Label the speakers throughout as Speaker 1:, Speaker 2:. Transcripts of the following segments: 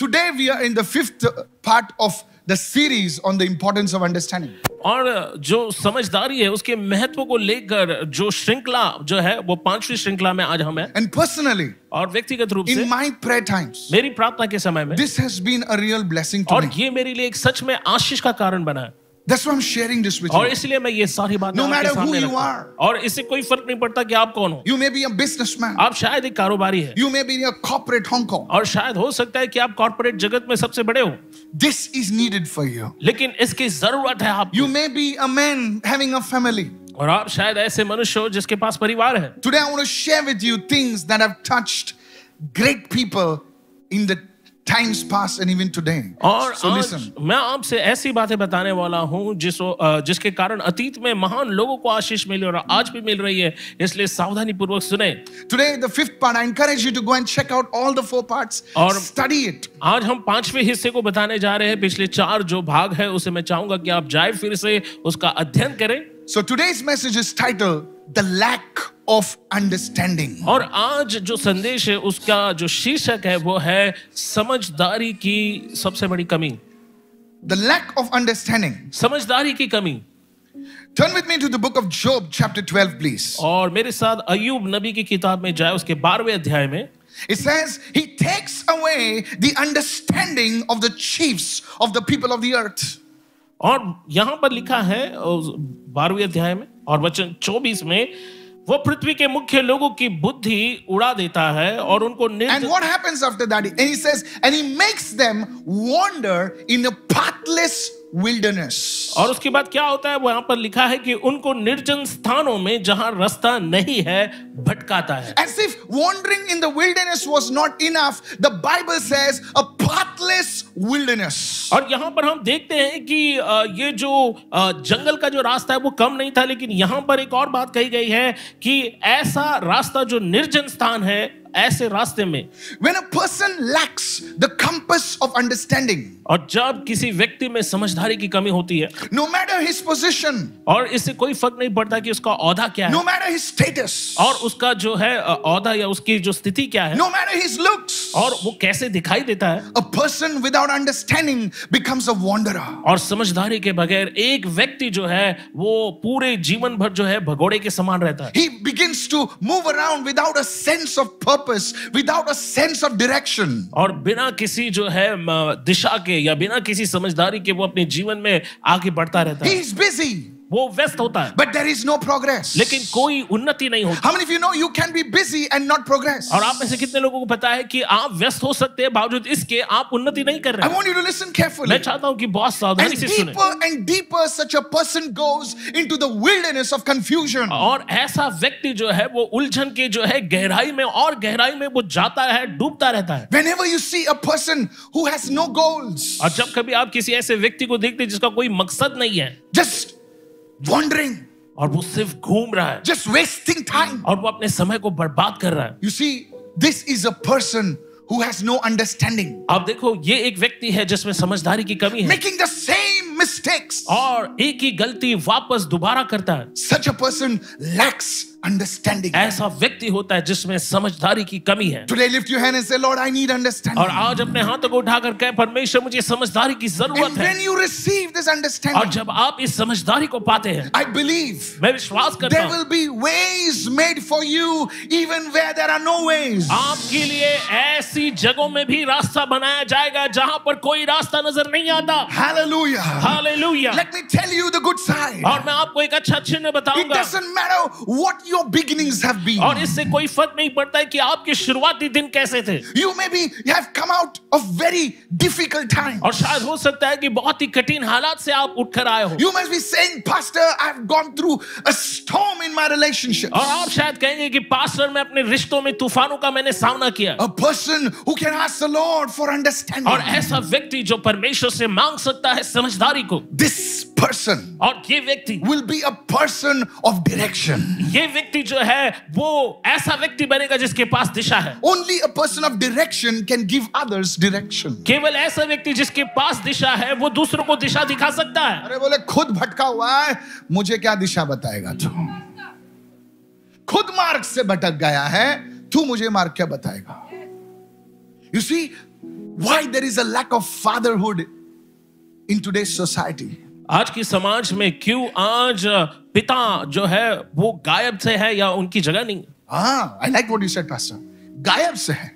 Speaker 1: Today we are in the fifth part of the series on the importance of understanding.
Speaker 2: और जो समझदारी है उसके महत्व को लेकर जो श्रृंखला जो है वो पांचवी श्रृंखला में आज हम हैं
Speaker 1: And personally,
Speaker 2: और व्यक्तिगत रूप से
Speaker 1: in my prayer times,
Speaker 2: मेरी प्रार्थना के समय में
Speaker 1: this has been a real blessing to
Speaker 2: और
Speaker 1: me.
Speaker 2: ये मेरे लिए एक सच में आशीष का कारण बना है
Speaker 1: That's why I'm sharing this with
Speaker 2: और
Speaker 1: you.
Speaker 2: इसलिए मैं ये सारी बातें
Speaker 1: No
Speaker 2: आपके
Speaker 1: matter who
Speaker 2: सामने
Speaker 1: you
Speaker 2: रखता हूं। और इससे कोई फर्क नहीं पड़ता कि आप कौन हो
Speaker 1: You may be a businessman,
Speaker 2: आप शायद एक कारोबारी है
Speaker 1: you may be a corporate Hong Kong.
Speaker 2: और शायद हो सकता है कि आप कॉर्पोरेट जगत में सबसे बड़े हो
Speaker 1: This is needed for you.
Speaker 2: लेकिन इसकी जरूरत है आप
Speaker 1: You may be a man having a family.
Speaker 2: और आप शायद ऐसे मनुष्य हो जिसके पास परिवार है
Speaker 1: Today I want to share with you things that have touched great people in the times past and even today.
Speaker 2: और
Speaker 1: so
Speaker 2: आज
Speaker 1: listen.
Speaker 2: मैं आपसे ऐसी बातें बताने वाला हूं जिस अ, जिसके कारण अतीत में महान लोगों को आशीष मिली और आज भी मिल रही है इसलिए सावधानी पूर्वक सुने
Speaker 1: Today, the fifth part, I encourage you to go and check out all the four parts.
Speaker 2: और-
Speaker 1: study it.
Speaker 2: आज हम पांचवें हिस्से को बताने जा रहे हैं पिछले चार जो भाग है उसे मैं चाहूंगा कि आप जाए फिर से उसका अध्ययन करें
Speaker 1: So today's message is titled The Lack of Understanding.
Speaker 2: और आज जो संदेश है उसका जो शीर्षक है वो है समझदारी की सबसे बड़ी कमी
Speaker 1: The lack of understanding.
Speaker 2: समझदारी की कमी
Speaker 1: Turn with me to the book of Job, chapter 12, please.
Speaker 2: और मेरे साथ अयूब नबी की किताब में जाए उसके बारहवें अध्याय में
Speaker 1: It says, He takes away the understanding of the chiefs of the people of the earth.
Speaker 2: और यहाँ पर लिखा है उस बारहवें अध्याय में और वचन चौबीस में वो पृथ्वी के मुख्य लोगों की बुद्धि उड़ा देता है और उनको निर्द-
Speaker 1: And what happens after that? And he says, and he makes them wander in a pathless wilderness.
Speaker 2: और उसके बाद क्या होता है वो यहाँ पर लिखा है कि उनको निर्जन स्थानों में जहाँ रास्ता नहीं है भटकाता है
Speaker 1: As if wandering in the wilderness was not enough, the Bible says a pathless wilderness.
Speaker 2: और यहाँ पर हम देखते हैं कि अ, ये जो अ, जंगल का जो रास्ता है वो कम नहीं था लेकिन यहाँ पर एक और बात कही गई है कि ऐसा रास्ता जो निर्जन स्थान है ऐसे रास्ते में
Speaker 1: When a person lacks the compass of understanding,
Speaker 2: और जब किसी व्यक्ति में समझदारी की कमी होती है
Speaker 1: no matter his position,
Speaker 2: और इससे कोई फर्क नहीं पड़ता कि उसका औदा क्या है
Speaker 1: no matter his status,
Speaker 2: और उसका जो है अ, औदा या उसकी जो स्थिति क्या है
Speaker 1: no matter his looks,
Speaker 2: और वो कैसे दिखाई देता है
Speaker 1: a person without understanding becomes a wanderer.
Speaker 2: और समझदारी के बगैर एक व्यक्ति जो है वो पूरे जीवन भर जो है भगोड़े के समान रहता है
Speaker 1: He begins to move around without a sense of purpose, without a sense of direction.
Speaker 2: और बिना किसी जो है म, दिशा के या बिना किसी समझदारी के वो अपने जीवन में आगे बढ़ता रहता है
Speaker 1: He's busy,
Speaker 2: वो व्यस्त होता है
Speaker 1: but there is no progress.
Speaker 2: लेकिन कोई उन्नति नहीं होती
Speaker 1: How many of you know you can be busy and not progress?
Speaker 2: और आप में से कितने लोगों को पता है कि आप व्यस्त हो सकते हैं बावजूद इसके आप उन्नति नहीं कर
Speaker 1: I
Speaker 2: रहे हैं?
Speaker 1: want you to listen carefully.
Speaker 2: मैं चाहता हूं कि बहुत
Speaker 1: And
Speaker 2: सावधानी से सुने
Speaker 1: deeper and deeper such a person goes into the wilderness of confusion.
Speaker 2: और ऐसा व्यक्ति जो है वो उलझन के जो है गहराई में और गहराई में वो जाता है डूबता रहता है
Speaker 1: Whenever you see a person who has no goals,
Speaker 2: और जब कभी आप किसी ऐसे व्यक्ति को देखते हैं जिसका कोई मकसद नहीं है
Speaker 1: just wandering,
Speaker 2: और वो सिर्फ घूम रहा है
Speaker 1: just wasting time,
Speaker 2: और वो अपने समय को बर्बाद कर रहा है
Speaker 1: you see, this is a person who has no understanding,
Speaker 2: आप देखो ये एक व्यक्ति है जिसमें समझदारी की कमी है
Speaker 1: making the same mistakes.
Speaker 2: Oh. और एक ही गलती वापस दोबारा करता है
Speaker 1: Such a person lacks understanding.
Speaker 2: ऐसा व्यक्ति होता है जिसमें समझदारी की कमी है
Speaker 1: Today, lift your hand and say, Lord, I need understanding.
Speaker 2: और आज अपने हाथों को उठाकर कहे परमेश्वर मुझे समझदारी की
Speaker 1: And
Speaker 2: जरूरत है
Speaker 1: when you receive this
Speaker 2: और
Speaker 1: understanding,
Speaker 2: जब आप इस समझदारी को पाते हैं
Speaker 1: I believe
Speaker 2: मैं विश्वास करता
Speaker 1: there
Speaker 2: हूँ
Speaker 1: will be ways made for you even where there are no ways.
Speaker 2: आपके लिए ऐसी जगहों में भी रास्ता बनाया जाएगा जहां पर कोई रास्ता नजर नहीं आता
Speaker 1: Hallelujah.
Speaker 2: Hallelujah
Speaker 1: Let me tell you the good side.
Speaker 2: और मैं आपको एक अच्छा चिन्ह
Speaker 1: It
Speaker 2: बताऊंगा
Speaker 1: doesn't matter what your beginnings have been.
Speaker 2: और इससे कोई फर्क नहीं पड़ता है कि आपके शुरुआती दिन कैसे थे
Speaker 1: You maybe have come out of very difficult times.
Speaker 2: और शायद हो सकता है कि बहुत ही कठिन हालात से आप उठकर आए हो
Speaker 1: You must be saying, Pastor, I've gone through a storm in my relationship.
Speaker 2: और आप शायद कहेंगे कि पास्टर में अपने रिश्तों में तूफानों का मैंने सामना किया
Speaker 1: A person who can ask the Lord for understanding.
Speaker 2: और ऐसा व्यक्ति जो परमेश्वर से मांग सकता है समझदारी को
Speaker 1: This person
Speaker 2: और ये व्यक्ति
Speaker 1: will be a person of direction.
Speaker 2: ये व्यक्ति जो है वो ऐसा व्यक्ति बनेगा जिसके पास दिशा है
Speaker 1: Only a person of direction can give others direction.
Speaker 2: केवल ऐसा व्यक्ति जिसके पास दिशा है वो दूसरों को दिशा दिखा सकता है
Speaker 1: अरे बोले खुद भटका हुआ है मुझे क्या दिशा बताएगा तू खुद मार्ग से भटक गया है तू मुझे मार्ग क्या बताएगा you see Why there is a lack of fatherhood in today's society?
Speaker 2: आज की समाज में क्यों आज अ, पिता जो है वो गायब से है या उनकी जगह नहीं है?
Speaker 1: Ah, I like what you said, Pastor. Gayab se hai.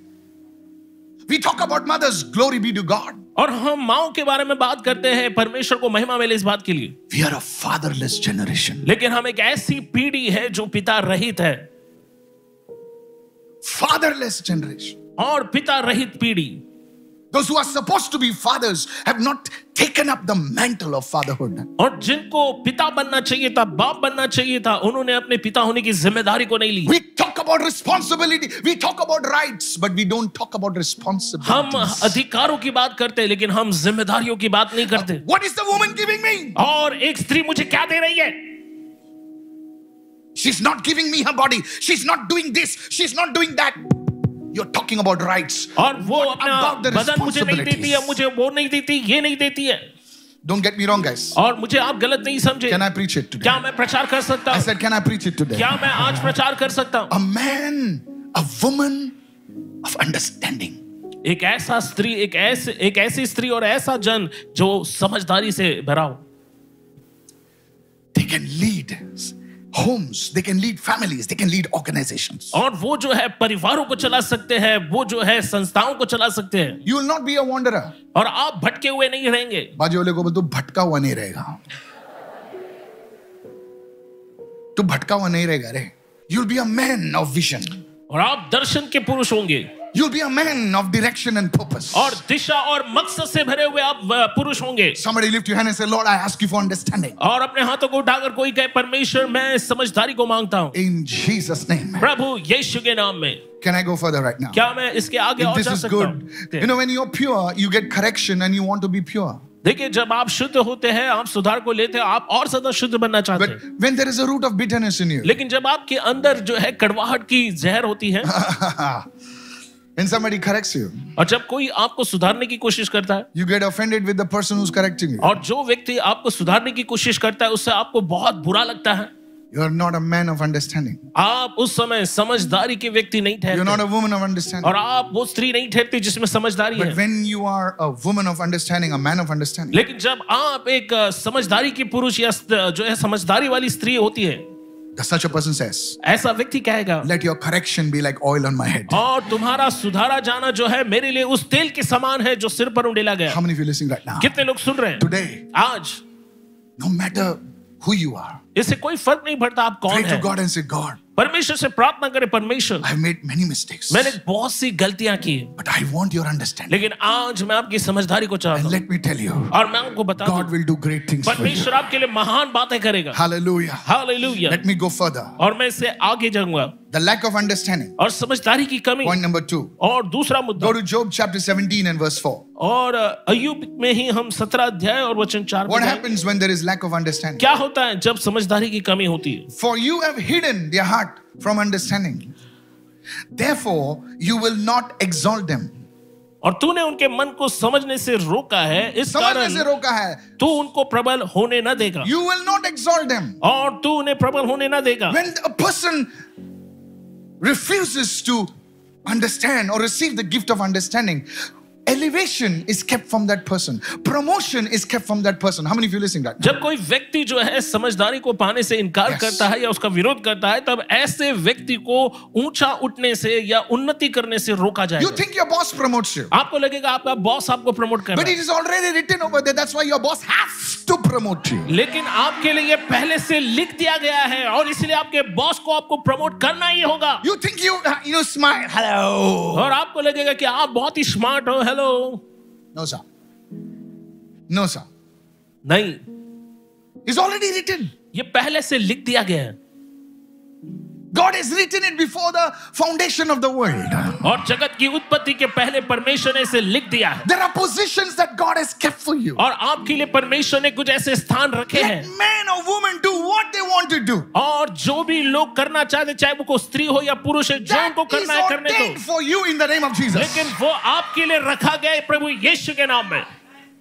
Speaker 1: We talk about mothers, glory be to God.
Speaker 2: और हम माओ के बारे में बात करते हैं परमेश्वर को महिमा मिले इस बात के लिए
Speaker 1: We are a fatherless generation.
Speaker 2: लेकिन हम एक ऐसी पीढ़ी है जो पिता रहित है
Speaker 1: Fatherless generation.
Speaker 2: और पिता रहित पीढ़ी
Speaker 1: Those who are supposed to be fathers have not taken up the mantle of fatherhood.
Speaker 2: और जिनको पिता बनना चाहिए था बाप बनना चाहिए था उन्होंने अपने पिता होने की जिम्मेदारी को नहीं ली
Speaker 1: We talk about responsibility, we talk about rights, but we don't talk about responsibility.
Speaker 2: हम अधिकारों की बात करते हैं लेकिन हम जिम्मेदारियों की बात नहीं करते
Speaker 1: What is the woman giving me?
Speaker 2: और एक स्त्री मुझे क्या दे रही है
Speaker 1: She's not giving me her body. She's not doing this. She's not doing that. You're talking about rights.
Speaker 2: और वो
Speaker 1: What
Speaker 2: अपना
Speaker 1: about the
Speaker 2: बदन मुझे नहीं देती है
Speaker 1: responsibilities?
Speaker 2: मुझे वो नहीं देती ये नहीं देती है
Speaker 1: Don't get me wrong, guys.
Speaker 2: और मुझे आप गलत नहीं समझे
Speaker 1: Can I preach it today?
Speaker 2: क्या मैं प्रचार कर सकता
Speaker 1: I
Speaker 2: हूँ
Speaker 1: said, Can I preach it today?
Speaker 2: क्या मैं आज प्रचार कर सकता हूँ
Speaker 1: A man, a woman of understanding.
Speaker 2: एक ऐसा स्त्री एक ऐसे एक ऐसी स्त्री और ऐसा जन जो समझदारी से भरा हो
Speaker 1: They can lead homes, they can lead families, they can lead organizations.
Speaker 2: और वो जो है परिवारों को चला सकते हैं वो जो है संस्थाओं को चला सकते हैं
Speaker 1: You will not be a wanderer.
Speaker 2: और आप भटके हुए नहीं रहेंगे
Speaker 1: बाजी वाले को बोल तू भटका हुआ नहीं रहेगा तू भटका हुआ नहीं रहेगा रे you'll be a man of vision
Speaker 2: और आप दर्शन के पुरुष होंगे
Speaker 1: you'll be a man of direction and purpose
Speaker 2: और दिशा और मकसद से भरे हुए आप अ, पुरुष होंगे
Speaker 1: somebody lift your hand and say lord i ask you for understanding
Speaker 2: और अपने हाथों को उठाकर कोई कहे परमेश्वर मैं समझदारी को मांगता हूँ
Speaker 1: in jesus name
Speaker 2: प्रभु यीशु के नाम में
Speaker 1: can i go further right now
Speaker 2: क्या मैं इसके आगे
Speaker 1: If
Speaker 2: और
Speaker 1: this
Speaker 2: जा
Speaker 1: is
Speaker 2: सकता
Speaker 1: good you
Speaker 2: हूँ
Speaker 1: know when you're pure you get correction and you want to be pure
Speaker 2: देखिए जब आप शुद्ध होते हैं आप सुधार को लेते हैं आप और ज्यादा शुद्ध बनना चाहते
Speaker 1: but
Speaker 2: हैं
Speaker 1: when there is a root of bitterness in you
Speaker 2: लेकिन जब आपके अंदर जो है कड़वाहट की जहर होती है
Speaker 1: हाँ। when somebody corrects you
Speaker 2: और जब कोई आपको सुधारने की कोशिश करता है
Speaker 1: you get offended with the person who's correcting you
Speaker 2: और जो व्यक्ति आपको सुधारने की कोशिश करता है उससे आपको बहुत बुरा लगता है
Speaker 1: you're not a man of understanding
Speaker 2: आप उस समय समझदारी के व्यक्ति नहीं
Speaker 1: you're not
Speaker 2: ठहरते
Speaker 1: a woman of understanding
Speaker 2: और आप वो स्त्री नहीं ठहरती जिसमें समझदारी
Speaker 1: But
Speaker 2: है
Speaker 1: when you are a woman of understanding, a man of understanding,
Speaker 2: लेकिन जब आप एक अ, समझदारी की पुरुष या स्त- जो है समझदारी वाली स्त्री होती है
Speaker 1: the- such a person says,
Speaker 2: ऐसा व्यक्ति कहेगा
Speaker 1: Let your correction be like oil on my head.
Speaker 2: और तुम्हारा सुधारा जाना जो है मेरे लिए उस तेल के समान है जो सिर पर उंडेला
Speaker 1: How
Speaker 2: गया
Speaker 1: many of you listening right now?
Speaker 2: कितने लोग सुन रहे हैं
Speaker 1: Today,
Speaker 2: आज
Speaker 1: no matter who you are,
Speaker 2: इससे कोई फर्क नहीं पड़ता आप
Speaker 1: pray
Speaker 2: कौन
Speaker 1: to
Speaker 2: है
Speaker 1: God and say, God,
Speaker 2: परमेश्वर से प्रार्थना करें परमेश्वर
Speaker 1: I've made many mistakes,
Speaker 2: मैंने बहुत सी गलतियां की हैं,
Speaker 1: but I want your understanding.
Speaker 2: लेकिन आज मैं आपकी समझदारी को चाहता
Speaker 1: And
Speaker 2: हूँ
Speaker 1: let me tell you,
Speaker 2: और मैं आपको बता दूं,
Speaker 1: God will do great things for you. हाँ।
Speaker 2: परमेश्वर आपके लिए महान बातें करेगा
Speaker 1: Hallelujah.
Speaker 2: Hallelujah
Speaker 1: Let me go further.
Speaker 2: और मैं इससे आगे जाऊंगा
Speaker 1: The lack of understanding.
Speaker 2: और समझदारी की कमी
Speaker 1: Point number two.
Speaker 2: और दूसरा
Speaker 1: Go
Speaker 2: मुद्दा
Speaker 1: to Job chapter 17 and verse 4.
Speaker 2: और अयुब में ही हम सत्रह अध्याय और वचन चार में
Speaker 1: What
Speaker 2: जाएं।
Speaker 1: happens when there is lack of understanding?
Speaker 2: क्या होता है जब समझदारी की कमी होती है
Speaker 1: For you have hidden their heart from understanding. Therefore, you will not exalt them.
Speaker 2: और तूने उनके मन को समझने से रोका है इस
Speaker 1: समझने से
Speaker 2: कारण
Speaker 1: रोका है.
Speaker 2: तू उनको प्रबल होने न देगा
Speaker 1: You will not exalt them.
Speaker 2: और तू उन्हें प्रबल होने न देगा
Speaker 1: When a person refuses to understand or receive the gift of understanding, elevation is kept from that person. Promotion is kept from that person. How many of you listening that?
Speaker 2: जब कोई व्यक्ति जो है समझदारी को पाने से इनकार
Speaker 1: Yes.
Speaker 2: करता है या उसका विरोध करता है तब ऐसे व्यक्ति को ऊंचा उठने से या उन्नति करने से रोका
Speaker 1: You
Speaker 2: जाएगा
Speaker 1: think your boss promotes you.
Speaker 2: आपको लगेगा आपका बॉस आपको प्रमोट कर
Speaker 1: But
Speaker 2: रहा
Speaker 1: it
Speaker 2: है
Speaker 1: is already written over there. That's why your boss has to promote you.
Speaker 2: लेकिन आपके लिए ये पहले से लिख दिया गया है और इसलिए आपके बॉस को आपको प्रमोट करना ही होगा
Speaker 1: You think you you know smile. Hello.
Speaker 2: और आपको लगेगा कि आप बहुत ही स्मार्ट हो hello
Speaker 1: No, sir. No, sir.
Speaker 2: नहीं
Speaker 1: It's already written.
Speaker 2: ये पहले से लिख दिया गया है
Speaker 1: God has written it before the foundation of the world.
Speaker 2: और जगत की उत्पत्ति के पहले परमेश्वर ने इसे लिख दिया है
Speaker 1: There are positions that God has kept for you.
Speaker 2: और आपके लिए परमेश्वर ने कुछ ऐसे स्थान रखे हैं
Speaker 1: Let man or woman do what they want to do.
Speaker 2: और जो भी लोग करना चाहते चाहे वो को स्त्री हो या पुरुष है जो
Speaker 1: That
Speaker 2: उनको
Speaker 1: is
Speaker 2: करना है करने
Speaker 1: ordained
Speaker 2: दो
Speaker 1: for you in the name of Jesus.
Speaker 2: लेकिन वो आपके लिए रखा गया है प्रभु यीशु के नाम में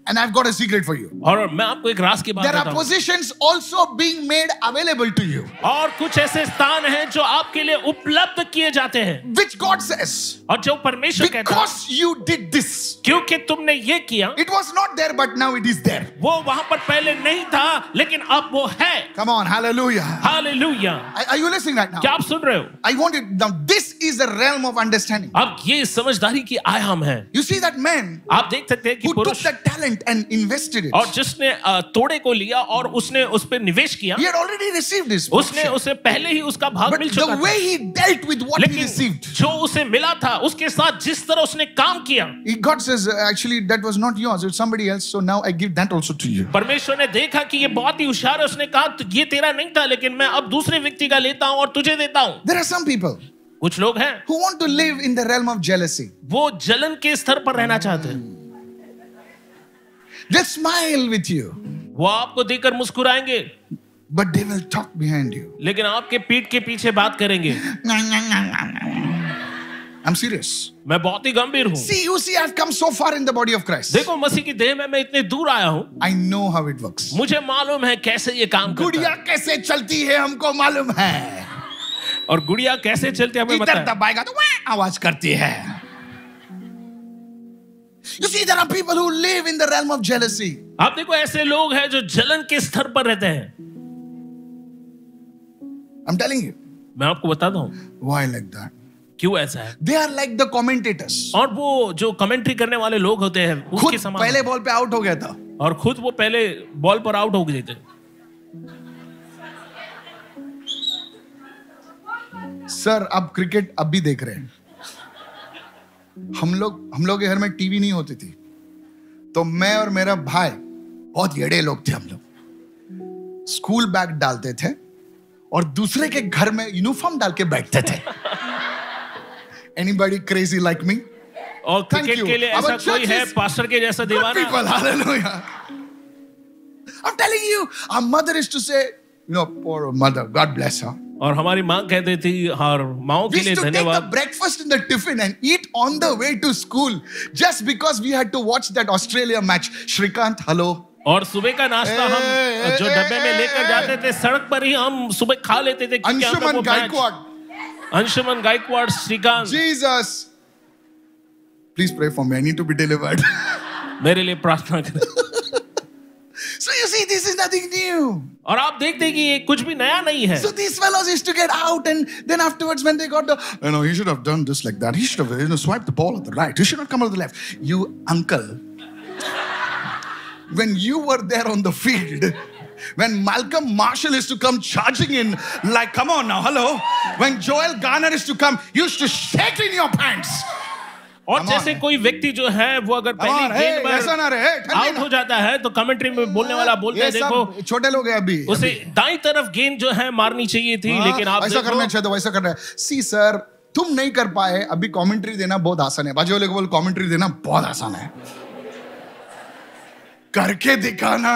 Speaker 1: And I've got a secret for you.
Speaker 2: और मैं आपको एक रास की बात
Speaker 1: There are
Speaker 2: बताता हूँ
Speaker 1: positions also being made available to you,
Speaker 2: और कुछ ऐसे स्थान हैं जो आपके लिए उपलब्ध किए जाते हैं
Speaker 1: which God says,
Speaker 2: और जो परमेश्वर कहता है
Speaker 1: because you did this.
Speaker 2: क्योंकि तुमने ये किया
Speaker 1: It was not there, but now it is there.
Speaker 2: वो वहां पर पहले नहीं था लेकिन अब वो है
Speaker 1: Come on, hallelujah.
Speaker 2: Hallelujah
Speaker 1: Are, are you listening right now?
Speaker 2: क्या आप सुन रहे हो
Speaker 1: I want it now. This is the realm of understanding.
Speaker 2: अब ये समझदारी की आयाम है
Speaker 1: You see that man
Speaker 2: आप देख सकते हैं कि
Speaker 1: who took
Speaker 2: पुरुष
Speaker 1: that talent and invested it.
Speaker 2: और जिसने अ, तोड़े को लिया और उसने उस पर निवेश किया
Speaker 1: He had already received this.
Speaker 2: उसने
Speaker 1: portion.
Speaker 2: उसे पहले ही उसका भाग
Speaker 1: But
Speaker 2: मिल चुका
Speaker 1: the
Speaker 2: था
Speaker 1: way he dealt with what he
Speaker 2: लेकिन
Speaker 1: received,
Speaker 2: जो उसे मिला था उसके साथ जिस तरह उसने काम किया
Speaker 1: he- God says, "Uh, actually, that was not yours. It's somebody else. So now I give that also to you.
Speaker 2: परमेश्वर ने देखा कि ये बहुत ही होशियार है उसने कहा "तो ये तेरा नहीं था लेकिन मैं अब दूसरे व्यक्ति का लेता हूँ और तुझे देता हूँ
Speaker 1: There are some people
Speaker 2: कुछ लोग हैं
Speaker 1: who want to live in the realm of jealousy.
Speaker 2: वो जलन के स्तर पर रहना चाहते
Speaker 1: Hmm.
Speaker 2: हैं
Speaker 1: They'll smile with you,
Speaker 2: वो आपको देखकर मुस्कुराएंगे
Speaker 1: but they will talk behind you.
Speaker 2: लेकिन आपके पीठ के पीछे बात करेंगे
Speaker 1: I'm serious.
Speaker 2: मैं बहुत ही गंभीर हूँ
Speaker 1: See, you see, I've come so far in the body of Christ.
Speaker 2: देखो मसीह की देह में मैं इतने दूर आया हूँ
Speaker 1: I know how it works.
Speaker 2: मुझे मालूम है कैसे ये काम करता
Speaker 1: गुड़िया
Speaker 2: है
Speaker 1: कैसे चलती है हमको मालूम है
Speaker 2: और गुड़िया कैसे चलती है हमें पता
Speaker 1: इधर
Speaker 2: है
Speaker 1: दबाएगा तो वहाँ आवाज करती है You see, there are people who live in the realm of jealousy.
Speaker 2: आप देखो ऐसे लोग हैं जो जलन के स्तर पर रहते हैं
Speaker 1: I'm telling you.
Speaker 2: मैं आपको बताता हूँ
Speaker 1: Why like that?
Speaker 2: क्यों ऐसा है
Speaker 1: They are like the commentators.
Speaker 2: और वो जो कमेंट्री करने वाले लोग होते हैं
Speaker 1: खुद
Speaker 2: उसके समान
Speaker 1: पहले बॉल पे आउट हो गया था
Speaker 2: और खुद वो पहले बॉल पर आउट हो गए थे
Speaker 1: सर आप क्रिकेट अब भी देख रहे हैं हम लोग हम लोग के घर में टीवी नहीं होती थी तो मैं और मेरा भाई बहुत येड़े लोग थे हम लोग स्कूल बैग डालते थे और दूसरे के घर में यूनिफॉर्म डाल के बैठते थे एनीबॉडी क्रेजी लाइक मी
Speaker 2: और
Speaker 1: Thank
Speaker 2: क्रिकेट
Speaker 1: you.
Speaker 2: के लिए
Speaker 1: Our
Speaker 2: ऐसा कोई
Speaker 1: church
Speaker 2: है
Speaker 1: is
Speaker 2: पास्टर के जैसा
Speaker 1: Good
Speaker 2: दीवाना
Speaker 1: people, hallelujah. I'm telling you, our mother used to say, you know, poor mother, God bless her.
Speaker 2: और हमारी माँ कहती थी और माओ
Speaker 1: We
Speaker 2: के लिए
Speaker 1: used to take the
Speaker 2: धन्यवाद
Speaker 1: breakfast in the tiffin and eat on the way to school just because we had to watch that Australia match. Shrikant, hello.
Speaker 2: और सुबह का नाश्ता हम
Speaker 1: ए,
Speaker 2: जो
Speaker 1: ए,
Speaker 2: डब्बे में
Speaker 1: ए,
Speaker 2: लेकर
Speaker 1: ए,
Speaker 2: जाते थे सड़क पर ही हम सुबह खा लेते थे क्योंकि हम लोग
Speaker 1: Anshuman
Speaker 2: वो match-
Speaker 1: Gaikwad,
Speaker 2: Anshuman Gaekwad Shrikant
Speaker 1: Jesus. Please pray for me. I need to be delivered.
Speaker 2: मेरे लिए प्रार्थना करें
Speaker 1: so you see, this is nothing new.
Speaker 2: और आप देखते हैं कि ये कुछ भी नया नहीं है
Speaker 1: So these fellows used to get out, and then afterwards, when they got the, you know, he should have done this like that. He should have, you know, swiped the ball at the right. He should not come out the left. You uncle. when you were there on the field, when Malcolm Marshall is to come charging in, like, come on now, hello. When Joel Garner is to come, you used to shake in your pants.
Speaker 2: और
Speaker 1: Come on.
Speaker 2: जैसे कोई व्यक्ति जो है वो अगर
Speaker 1: Come
Speaker 2: पहली
Speaker 1: on, hey,
Speaker 2: गेंद
Speaker 1: ऐसा ना
Speaker 2: पर
Speaker 1: रहे, hey, ठंडी
Speaker 2: आउट
Speaker 1: ना।
Speaker 2: हो जाता है तो कमेंट्री में बोलने वाला बोलते
Speaker 1: ये
Speaker 2: हैं देखो
Speaker 1: सब छोटे लोग हैं अभी
Speaker 2: उसे दाई तरफ गेंद जो है मारनी चाहिए थी
Speaker 1: हाँ,
Speaker 2: लेकिन आप
Speaker 1: ऐसा करना
Speaker 2: देखो,
Speaker 1: चाहिए था वैसा करना है सी सर तुम नहीं कर पाए अभी कमेंट्री देना बहुत आसान है बाजू वाले को बोल कमेंट्री देना बहुत आसान है करके दिखाना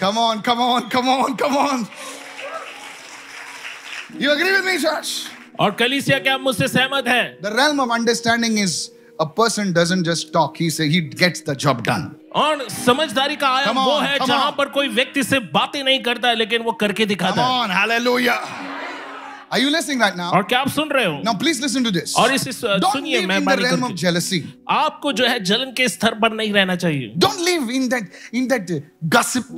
Speaker 1: come on come on come on come on you agree with me church
Speaker 2: और कलीसिया क्या आप मुझसे सहमत हैं
Speaker 1: the realm of understanding is A person doesn't just talk, he say he gets the job done.
Speaker 2: और समझदारी का आयाम
Speaker 1: Come on,
Speaker 2: वो है
Speaker 1: come
Speaker 2: जहां
Speaker 1: on.
Speaker 2: पर कोई व्यक्ति से बातें नहीं करता है लेकिन वो करके
Speaker 1: Come
Speaker 2: दिखाता है
Speaker 1: on, hallelujah. Are you listening right now?
Speaker 2: और क्या आप सुन रहे हो
Speaker 1: Now please listen to this.
Speaker 2: और इसे सु-
Speaker 1: Don't
Speaker 2: सुनिए
Speaker 1: live
Speaker 2: मैं
Speaker 1: in the
Speaker 2: बारी
Speaker 1: realm of
Speaker 2: करके।
Speaker 1: jealousy.
Speaker 2: आपको जो है जलन के स्तर पर नहीं रहना चाहिए
Speaker 1: Don't live in that in that uh, gossip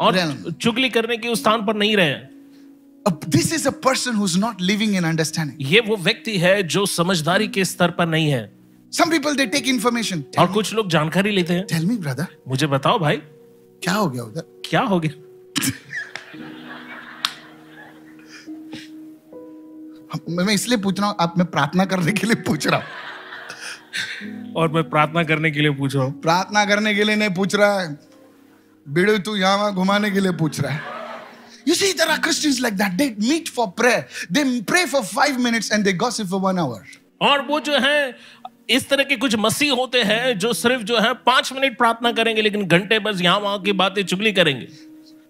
Speaker 2: और
Speaker 1: realm.
Speaker 2: चुगली करने के उस स्थान पर नहीं रहे
Speaker 1: Uh, this is a person who's not living in understanding.
Speaker 2: ये वो व्यक्ति है जो समझदारी के स्तर पर नहीं है
Speaker 1: Some people they take information.
Speaker 2: और कुछ लोग जानकारी लेते हैं
Speaker 1: Tell me, brother,
Speaker 2: मुझे बताओ भाई
Speaker 1: क्या हो गया उधर?
Speaker 2: क्या हो गया
Speaker 1: हम- मैं मैं इसलिए पूछ रहा हूँ आप मैं प्रार्थना करने के लिए पूछ रहा हूँ
Speaker 2: और मैं प्रार्थना करने के लिए पूछ रहा हूँ
Speaker 1: प्रार्थना करने के लिए नहीं पूछ रहा है बिड़ू तू यहाँ वहाँ घुमाने के लिए पूछ रहा है You see, there are Christians like that. They meet for prayer. They pray for five minutes and they gossip for one hour.
Speaker 2: और वो जो है इस तरह के कुछ मसीह होते हैं जो सिर्फ जो है पांच मिनट प्रार्थना करेंगे लेकिन घंटे बस यहाँ वहां की बातें चुगली करेंगे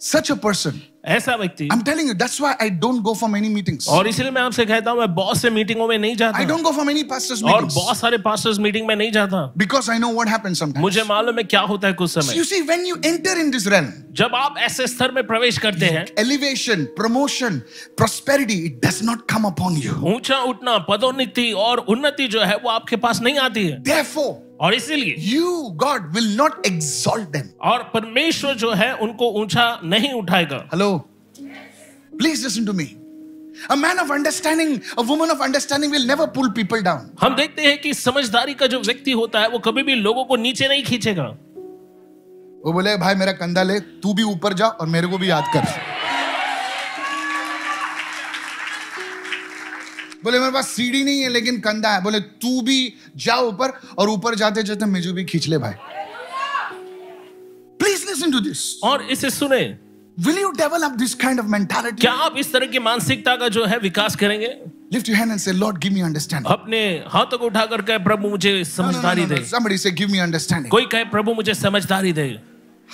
Speaker 1: Such a person
Speaker 2: ऐसा व्यक्ति
Speaker 1: I'm telling you, that's why I don't go for many meetings.
Speaker 2: और इसलिए मैं आपसे कहता हूं मैं बहुत से मीटिंगों में नहीं
Speaker 1: I
Speaker 2: जाता
Speaker 1: don't go for many pastors'
Speaker 2: और
Speaker 1: meetings.
Speaker 2: बहुत सारे पास्टर्स मीटिंग में नहीं जाता
Speaker 1: Because I know what happens sometimes.
Speaker 2: मुझे मालूम है क्या होता है कुछ समय
Speaker 1: You see, when you enter in this realm,
Speaker 2: जब आप ऐसे स्तर में प्रवेश करते हैं
Speaker 1: elevation, promotion, prosperity, it does not come upon you.
Speaker 2: ऊंचा उठना पदोन्नति और उन्नति जो है वो आपके पास नहीं आती है
Speaker 1: Therefore,
Speaker 2: और इसीलिए
Speaker 1: you, God, will not exalt them.
Speaker 2: और परमेश्वर जो है उनको ऊंचा नहीं उठाएगा
Speaker 1: Hello? Please listen to me. A man of understanding, a woman of understanding will never pull people down.
Speaker 2: हम देखते हैं कि समझदारी का जो व्यक्ति होता है वो कभी भी लोगों को नीचे नहीं खींचेगा
Speaker 1: वो बोले भाई मेरा कंधा ले तू भी ऊपर जा और मेरे को भी याद कर बोले मेरे पास सीढ़ी नहीं है लेकिन कंधा है बोले तू भी जा ऊपर और ऊपर जाते जाते मुझे भी खींच ले भाई प्लीज लिसन टू दिस
Speaker 2: और इसे सुने
Speaker 1: will you develop this kind of mentality
Speaker 2: क्या आप इस तरह की मानसिकता का जो है विकास करेंगे
Speaker 1: lift your hand and say Lord give me understanding
Speaker 2: अपने हाथों को उठाकर कहे प्रभु मुझे समझदारी दे
Speaker 1: somebody say give me understanding
Speaker 2: कोई कहे प्रभु मुझे समझदारी दे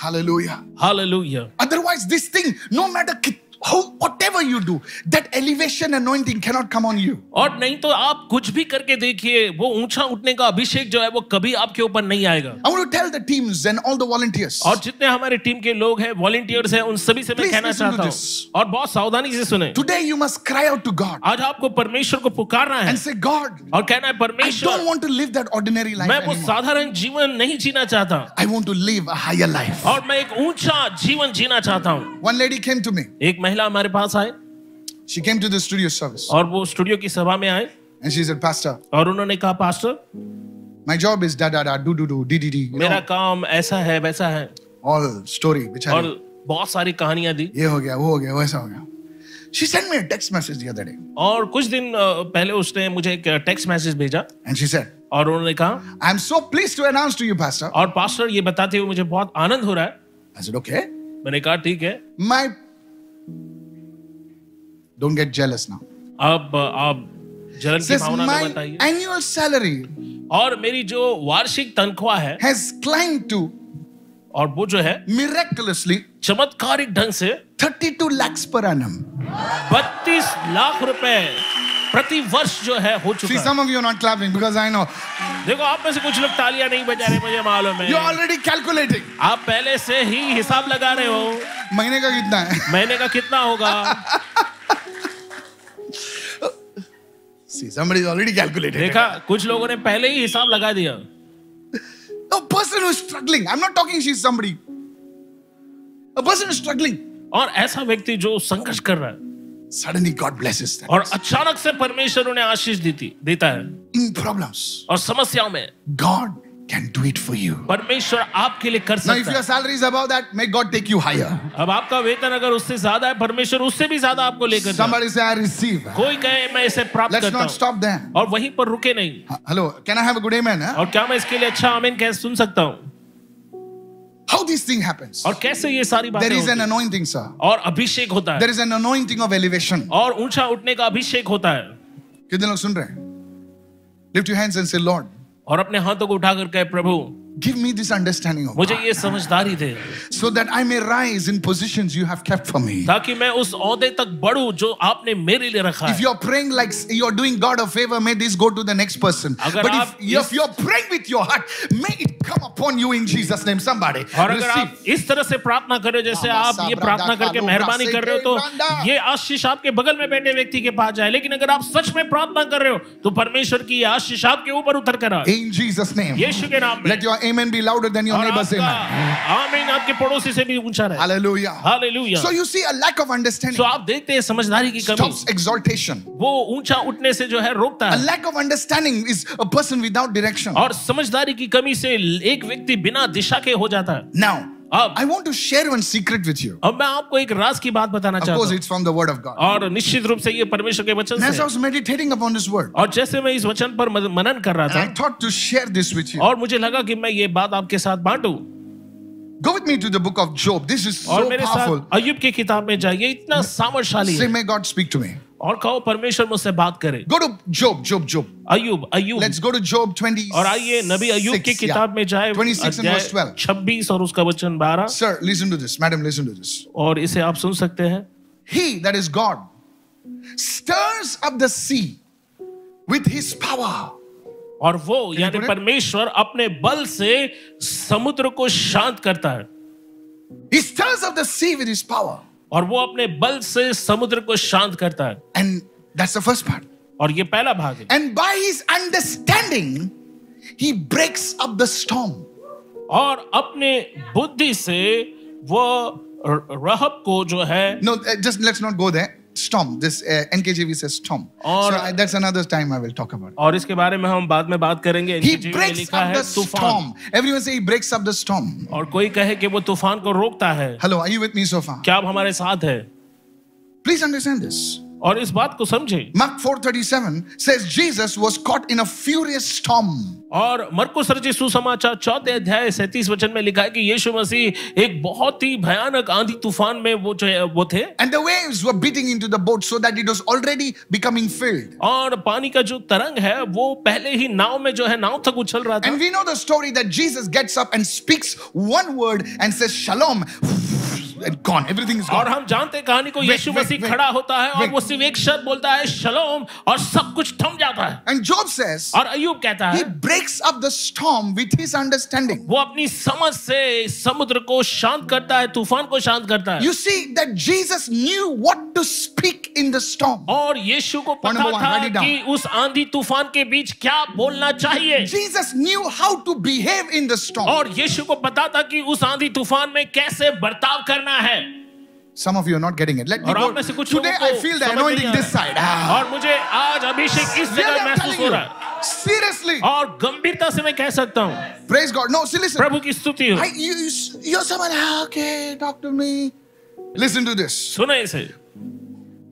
Speaker 1: hallelujah
Speaker 2: hallelujah
Speaker 1: otherwise this thing no matter ki- how whatever you do that elevation anointing cannot come on you
Speaker 2: और नहीं तो आप कुछ भी करके देखिए वो ऊंचा उठने का अभिषेक जो है वो कभी आपके ऊपर नहीं आएगा
Speaker 1: I want to tell the teams and all the volunteers.
Speaker 2: और जितने हमारे टीम के लोग हैं वॉलेंटियर्स हैं उन सभी से मैं
Speaker 1: Please
Speaker 2: कहना
Speaker 1: listen to
Speaker 2: चाहता
Speaker 1: this.
Speaker 2: हूँ और बहुत सावधानी से सुने
Speaker 1: Today you must cry out to God
Speaker 2: आज आपको परमेश्वर को पुकारना है
Speaker 1: and say, God,
Speaker 2: और कहना है
Speaker 1: I don't
Speaker 2: परमेश्वर
Speaker 1: want to live that ordinary life
Speaker 2: मैं वो
Speaker 1: anymore.
Speaker 2: साधारण जीवन नहीं जीना चाहता
Speaker 1: I want to live a higher life.
Speaker 2: और मैं एक ऊंचा जीवन जीना चाहता हूँ
Speaker 1: One lady came to me.
Speaker 2: एक महिला हमारे पास आए
Speaker 1: She came to the studio service
Speaker 2: और वो स्टूडियो की सभा में आए
Speaker 1: and she said, Pastor,
Speaker 2: और उन्होंने कहा pastor
Speaker 1: my job is da da da, do do do, dee dee dee. You
Speaker 2: मेरा
Speaker 1: know,
Speaker 2: काम ऐसा है वैसा है
Speaker 1: all story.
Speaker 2: और
Speaker 1: बेचारी,
Speaker 2: बहुत सारी कहानियां दी
Speaker 1: ये हो गया, वो हो गया, वैसा हो गया. She sent me a text message the other day
Speaker 2: और कुछ दिन अ, पहले उसने मुझे एक टेक्स्ट मैसेज भेजा
Speaker 1: and she said,
Speaker 2: और उन्होंने कहा
Speaker 1: I'm so pleased to announce to you, Pastor.
Speaker 2: और पास्टर ये बताते हुए मुझे बहुत आनंद हो रहा है
Speaker 1: I said, Okay.
Speaker 2: मैंने कहा ठीक है
Speaker 1: My. Don't get jealous now.
Speaker 2: अब अ, आप जलन की
Speaker 1: Says
Speaker 2: भावना
Speaker 1: my
Speaker 2: में बताइए
Speaker 1: annual salary
Speaker 2: और मेरी जो वार्षिक तनख्वाह है
Speaker 1: has climbed to
Speaker 2: और वो जो है
Speaker 1: miraculously
Speaker 2: चमत्कारिक ढंग से
Speaker 1: 32 lakhs per annum.
Speaker 2: बत्तीस लाख रुपए प्रति वर्ष जो है हो
Speaker 1: See,
Speaker 2: चुका है
Speaker 1: some of you are not clapping because I know
Speaker 2: देखो आप में से कुछ लोग तालियां नहीं बजा रहे मुझे मालूम
Speaker 1: you're
Speaker 2: है
Speaker 1: already calculating.
Speaker 2: आप पहले से ही हिसाब लगा रहे हो
Speaker 1: महीने का कितना है?
Speaker 2: महीने का कितना होगा
Speaker 1: See, somebody is already calculating.
Speaker 2: देखा कुछ लोगों ने पहले ही हिसाब लगा दिया
Speaker 1: A person who's struggling. I'm not talking she's somebody. A person who's struggling.
Speaker 2: और ऐसा व्यक्ति जो संघर्ष कर रहा है
Speaker 1: Suddenly God blesses them.
Speaker 2: और अचानक से परमेश्वर उन्हें आशीष देती देता है
Speaker 1: In problems,
Speaker 2: और समस्याओं में
Speaker 1: God can do it for you.
Speaker 2: परमेश्वर आपके लिए कर
Speaker 1: Now, if
Speaker 2: सकता
Speaker 1: your
Speaker 2: है
Speaker 1: salary is above that, may God take you higher.
Speaker 2: अब आपका वेतन अगर उससे ज्यादा है परमेश्वर उससे भी ज्यादा आपको लेकर जाए।
Speaker 1: Somebody say, I receive.
Speaker 2: कोई कहे मैं इसे प्राप्त
Speaker 1: Let's
Speaker 2: करता
Speaker 1: not
Speaker 2: हूँ
Speaker 1: stop there.
Speaker 2: और वहीं पर रुके नहीं
Speaker 1: Uh, Hello, can I have a good amen? huh?
Speaker 2: और क्या मैं इसके लिए अच्छा आमीन कह सुन सकता हूँ
Speaker 1: How this thing happens?
Speaker 2: और कैसे ये सारी बातें
Speaker 1: There is
Speaker 2: होती
Speaker 1: an
Speaker 2: हैं?
Speaker 1: anointing, sir.
Speaker 2: और अभिषेक होता है
Speaker 1: There is an anointing of elevation.
Speaker 2: और ऊंचा उठने का अभिषेक होता है
Speaker 1: कितने लोग सुन रहे हैं? Lift your hands and say, Lord,
Speaker 2: और अपने हाथों को उठाकर कहे प्रभु
Speaker 1: give me this understanding of
Speaker 2: मुझे ये समझदारी दे
Speaker 1: so that I may rise in positions you have kept for me.
Speaker 2: ताकि मैं उस औहदे तक बढ़ू जो आपने मेरे लिए रखा
Speaker 1: If
Speaker 2: है
Speaker 1: you're praying like you're doing God a favor, may this go to the next person.
Speaker 2: अगर
Speaker 1: But if,
Speaker 2: आप इस-
Speaker 1: if you're praying with your heart, may it come upon you in Jesus' name. Somebody
Speaker 2: और अगर आप
Speaker 1: receive.
Speaker 2: इस तरह से प्रार्थना कर रहे हो जैसे
Speaker 1: बाबा
Speaker 2: आप ये
Speaker 1: साबरा
Speaker 2: प्रार्थना
Speaker 1: दाका
Speaker 2: करके
Speaker 1: लोबरा
Speaker 2: मेहरबानी
Speaker 1: से
Speaker 2: कर रहे हो
Speaker 1: के
Speaker 2: तो
Speaker 1: बांदा।
Speaker 2: ये आशीष आपके बगल में बैठे व्यक्ति के पास जाए लेकिन अगर आप सच में प्रार्थना कर रहे हो तो परमेश्वर की ये आशीष आपके ऊपर उतर कर आए
Speaker 1: In Jesus' name.
Speaker 2: यीशु के नाम में
Speaker 1: Let your amen be louder than your
Speaker 2: और
Speaker 1: neighbor's
Speaker 2: आपका
Speaker 1: amen.
Speaker 2: आमीन आपके पड़ोसी से भी ऊंचा रहे
Speaker 1: Hallelujah.
Speaker 2: Hallelujah
Speaker 1: So you see a lack of
Speaker 2: तो
Speaker 1: understanding
Speaker 2: आप देखते हैं समझदारी की कमी
Speaker 1: stops exaltation.
Speaker 2: वो ऊंचा उठने से जो है रोकता
Speaker 1: A
Speaker 2: है
Speaker 1: lack of understanding is a person without direction.
Speaker 2: और समझदारी की कमी से एक व्यक्ति बिना दिशा के हो जाता है
Speaker 1: Now,
Speaker 2: अब
Speaker 1: I want to share one secret with you.
Speaker 2: अब मैं आपको एक राज की बात बताना
Speaker 1: Of
Speaker 2: चाहता
Speaker 1: course,
Speaker 2: हूँ
Speaker 1: it's from the Word of God.
Speaker 2: और निश्चित रूप से ये परमेश्वर के वचन
Speaker 1: And as
Speaker 2: से
Speaker 1: I
Speaker 2: है।
Speaker 1: was meditating upon this Word,
Speaker 2: और जैसे मैं इस वचन पर मन- मनन कर रहा
Speaker 1: and I
Speaker 2: था
Speaker 1: thought to share this with you.
Speaker 2: और मुझे लगा कि मैं ये बात आपके साथ बांटू
Speaker 1: Go with me to the book of Job. This is
Speaker 2: और
Speaker 1: so
Speaker 2: मेरे साथ
Speaker 1: powerful.
Speaker 2: अयुब की किताब में जाइए इतना सामर्थशाली
Speaker 1: Say,
Speaker 2: है
Speaker 1: may God speak to me.
Speaker 2: और कहो परमेश्वर मुझसे बात करे
Speaker 1: Go to Job, Job, Job.
Speaker 2: Ayub Ayub
Speaker 1: Let's go to Job 20.
Speaker 2: और आइए नबी अयुब की किताब में जाए
Speaker 1: 26 and
Speaker 2: अध्याय
Speaker 1: verse 12.
Speaker 2: 26 और उसका वचन 12
Speaker 1: Sir, listen to this. Madam, listen to this.
Speaker 2: और इसे आप सुन सकते हैं
Speaker 1: He, that is God, stirs up the sea with his power.
Speaker 2: और वो यानी
Speaker 1: put it?
Speaker 2: परमेश्वर अपने बल से समुद्र को शांत करता है
Speaker 1: He stirs up the sea with his power.
Speaker 2: और वो अपने बल से समुद्र को शांत करता है
Speaker 1: And that's the first part.
Speaker 2: और ये पहला भाग है
Speaker 1: And by his understanding, he breaks up the storm.
Speaker 2: और अपने बुद्धि से वो र- रहब को जो है
Speaker 1: No, uh, just let's not go there. Storm. This uh, NKJV says storm.
Speaker 2: Or-
Speaker 1: so I, that's another time I will talk about it.
Speaker 2: और इसके बारे में हम बाद में बात करेंगे
Speaker 1: He
Speaker 2: NKJV में
Speaker 1: breaks
Speaker 2: लिखा
Speaker 1: up
Speaker 2: है
Speaker 1: the storm. Everyone say he breaks up the storm.
Speaker 2: और कोई कहे कि वो तूफान को रोकता है
Speaker 1: Hello, are you with me so far?
Speaker 2: क्या आप हमारे साथ है
Speaker 1: Please understand this.
Speaker 2: और इस बात को समझे
Speaker 1: Mark 4:37 says Jesus was caught in a furious storm.
Speaker 2: और मरकुस रचित सुसमाचार चौथे अध्याय सैतीस वचन में लिखा है कि यीशु मसीह एक बहुत ही भयानक आंधी तूफान में वो जो है वो थे
Speaker 1: And the waves were beating into the boat so that it was already becoming filled.
Speaker 2: और पानी का जो तरंग है वो पहले ही नाव में जो है नाव तक उछल रहा था
Speaker 1: And we know the story that Jesus gets up and speaks one word and says shalom and gone. Everything is
Speaker 2: और
Speaker 1: gone.
Speaker 2: हम जानते हैं कहानी को
Speaker 1: Wait,
Speaker 2: Yeshu
Speaker 1: wait,
Speaker 2: Masih
Speaker 1: wait.
Speaker 2: खड़ा होता है और
Speaker 1: Wait.
Speaker 2: वो सिर्फ एक शब्द बोलता है शलोम और सब कुछ थम जाता है
Speaker 1: And Job says
Speaker 2: और अयुब कहता
Speaker 1: he
Speaker 2: है
Speaker 1: breaks up the storm with his understanding.
Speaker 2: वो अपनी समझ से समुद्र को शांत करता है तूफान को शांत करता है
Speaker 1: You see that Jesus knew what to speak in the storm.
Speaker 2: और यीशु को
Speaker 1: Point
Speaker 2: पता
Speaker 1: number one,
Speaker 2: था
Speaker 1: write it down.
Speaker 2: कि उस आंधी तूफान के बीच क्या बोलना चाहिए
Speaker 1: Jesus knew how to behave in the storm.
Speaker 2: और यीशु को पता था कि उस आंधी तूफान में कैसे बर्ताव करना है
Speaker 1: Some of you are not getting it. Let me
Speaker 2: और
Speaker 1: go.
Speaker 2: आप में से कुछ
Speaker 1: Today
Speaker 2: लोगों
Speaker 1: I
Speaker 2: को
Speaker 1: feel the
Speaker 2: समझ नहीं
Speaker 1: anointing
Speaker 2: आ
Speaker 1: this
Speaker 2: रहा
Speaker 1: side.
Speaker 2: है।
Speaker 1: Ah.
Speaker 2: और मुझे आज अभिषेक इस
Speaker 1: Really,
Speaker 2: जगह
Speaker 1: I'm
Speaker 2: महसूस
Speaker 1: telling
Speaker 2: हो
Speaker 1: you.
Speaker 2: रहा है
Speaker 1: Seriously.
Speaker 2: और गंभीरता से मैं कह सकता हूँ
Speaker 1: Praise God. No, see, listen.
Speaker 2: प्रभु की स्तुति हो
Speaker 1: I, you, you, you're someone, "Ah, okay, talk to me. Listen to this.
Speaker 2: सुने इसे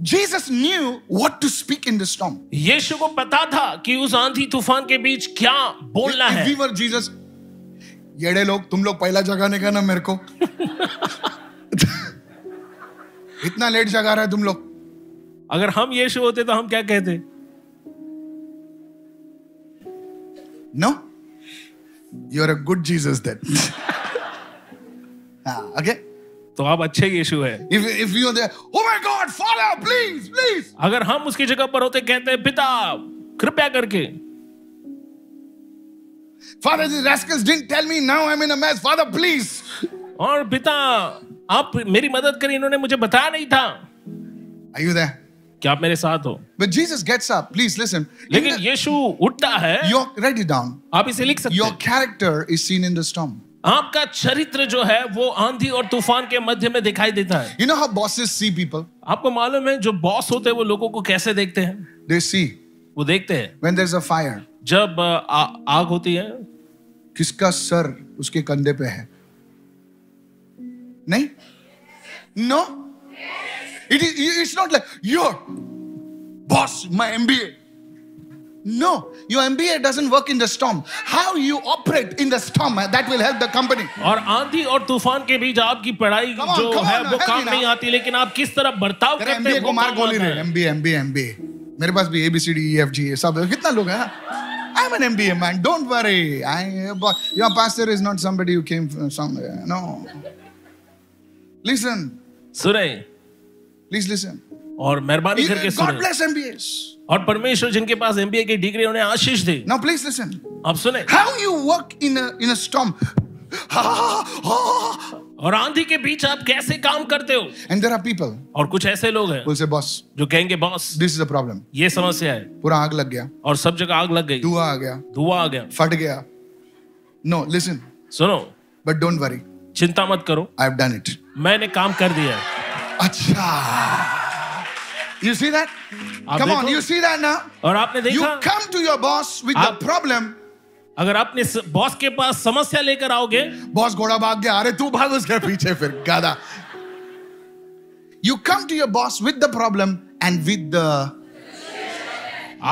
Speaker 1: Jesus knew what to speak in the storm.
Speaker 2: यीशु को पता था कि उस आंधी तूफान के बीच क्या बोलना
Speaker 1: If
Speaker 2: है
Speaker 1: we were Jesus, येड़े लोग तुम लोग पहला जगाने का ना मेरे को इतना लेट जगा रहा है तुम लोग
Speaker 2: अगर हम यीशु होते तो हम क्या कहते
Speaker 1: No? You're a good Jesus then. Ah, okay?
Speaker 2: तो आप अच्छे यीशु है
Speaker 1: If, if you're there, oh my God, Father, please, please.
Speaker 2: अगर हम उसकी जगह पर होते कहते हैं पिता कृपया करके
Speaker 1: Father, these rascals didn't tell me, now I'm in a mess. Father, please.
Speaker 2: और पिता आप मेरी मदद करें इन्होंने मुझे बताया नहीं था
Speaker 1: Are you there?
Speaker 2: क्या आप मेरे साथ हो
Speaker 1: But Jesus gets up. Please listen. In
Speaker 2: लेकिन
Speaker 1: the-
Speaker 2: यीशु उठता है
Speaker 1: your, write it down.
Speaker 2: आप इसे लिख सकते
Speaker 1: Your
Speaker 2: हैं
Speaker 1: character is seen in the storm.
Speaker 2: आपका चरित्र जो है वो आंधी और तूफान के मध्य में दिखाई देता है
Speaker 1: You know how bosses see people?
Speaker 2: आपको मालूम है जो बॉस होते हैं वो लोगों को कैसे देखते हैं
Speaker 1: They see
Speaker 2: वो देखते हैं
Speaker 1: when there's a fire.
Speaker 2: जब आ, आ- आग होती है
Speaker 1: किसका सर उसके कंधे पे है नहीं no it is it's not like your boss my MBA No, your MBA doesn't work in the storm. How you operate in the storm, eh, that will help the company.
Speaker 2: और आंधी और तूफान के बीच आपकी पढ़ाई
Speaker 1: Come on,
Speaker 2: जो
Speaker 1: come
Speaker 2: है
Speaker 1: on,
Speaker 2: वो
Speaker 1: help
Speaker 2: काम
Speaker 1: me now.
Speaker 2: नहीं आती लेकिन आप किस तरह बर्ताव
Speaker 1: तेरा
Speaker 2: करते
Speaker 1: MBA
Speaker 2: हैं
Speaker 1: को
Speaker 2: वो
Speaker 1: मार
Speaker 2: काम
Speaker 1: गोली
Speaker 2: आता
Speaker 1: रहे
Speaker 2: है।
Speaker 1: MBA MBA MBA मेरे पास भी ABCD EFG ये सब कितना लोग हैं I am an MBA man don't worry I your pastor is not somebody who came from somewhere no listen
Speaker 2: सुने
Speaker 1: Please listen.
Speaker 2: और मेहरबानी करके
Speaker 1: God
Speaker 2: सुने
Speaker 1: bless MBAs.
Speaker 2: और परमेश्वर जिनके पास एमबीए की डिग्री उन्हें आशीष दे
Speaker 1: Now please listen.
Speaker 2: आप सुने
Speaker 1: How you work in a in a storm.
Speaker 2: और आंधी के बीच आप कैसे काम करते हो
Speaker 1: And there are people
Speaker 2: और कुछ ऐसे लोग हैं
Speaker 1: who will say, boss,
Speaker 2: जो कहेंगे boss
Speaker 1: this is the problem.
Speaker 2: ये समस्या है
Speaker 1: पूरा आग लग गया
Speaker 2: और सब जगह आग लग गई
Speaker 1: धुआं आ गया
Speaker 2: धुआं आ गया
Speaker 1: फट गया No, listen.
Speaker 2: सुनो
Speaker 1: But don't worry.
Speaker 2: चिंता मत करो
Speaker 1: I've done it.
Speaker 2: मैंने काम कर दिया है
Speaker 1: Acha. You see that?
Speaker 2: आप
Speaker 1: Come on,
Speaker 2: देखो।
Speaker 1: you see that now?
Speaker 2: और आपने
Speaker 1: You
Speaker 2: देखा
Speaker 1: come to your boss with the
Speaker 2: आप-
Speaker 1: problem.
Speaker 2: अगर आपने बॉस के पास समस्या लेकर आओगे
Speaker 1: बॉस घोड़ा भाग गया अरे तू भाग उसके पीछे फिर गाधा you come to your boss with the problem and with the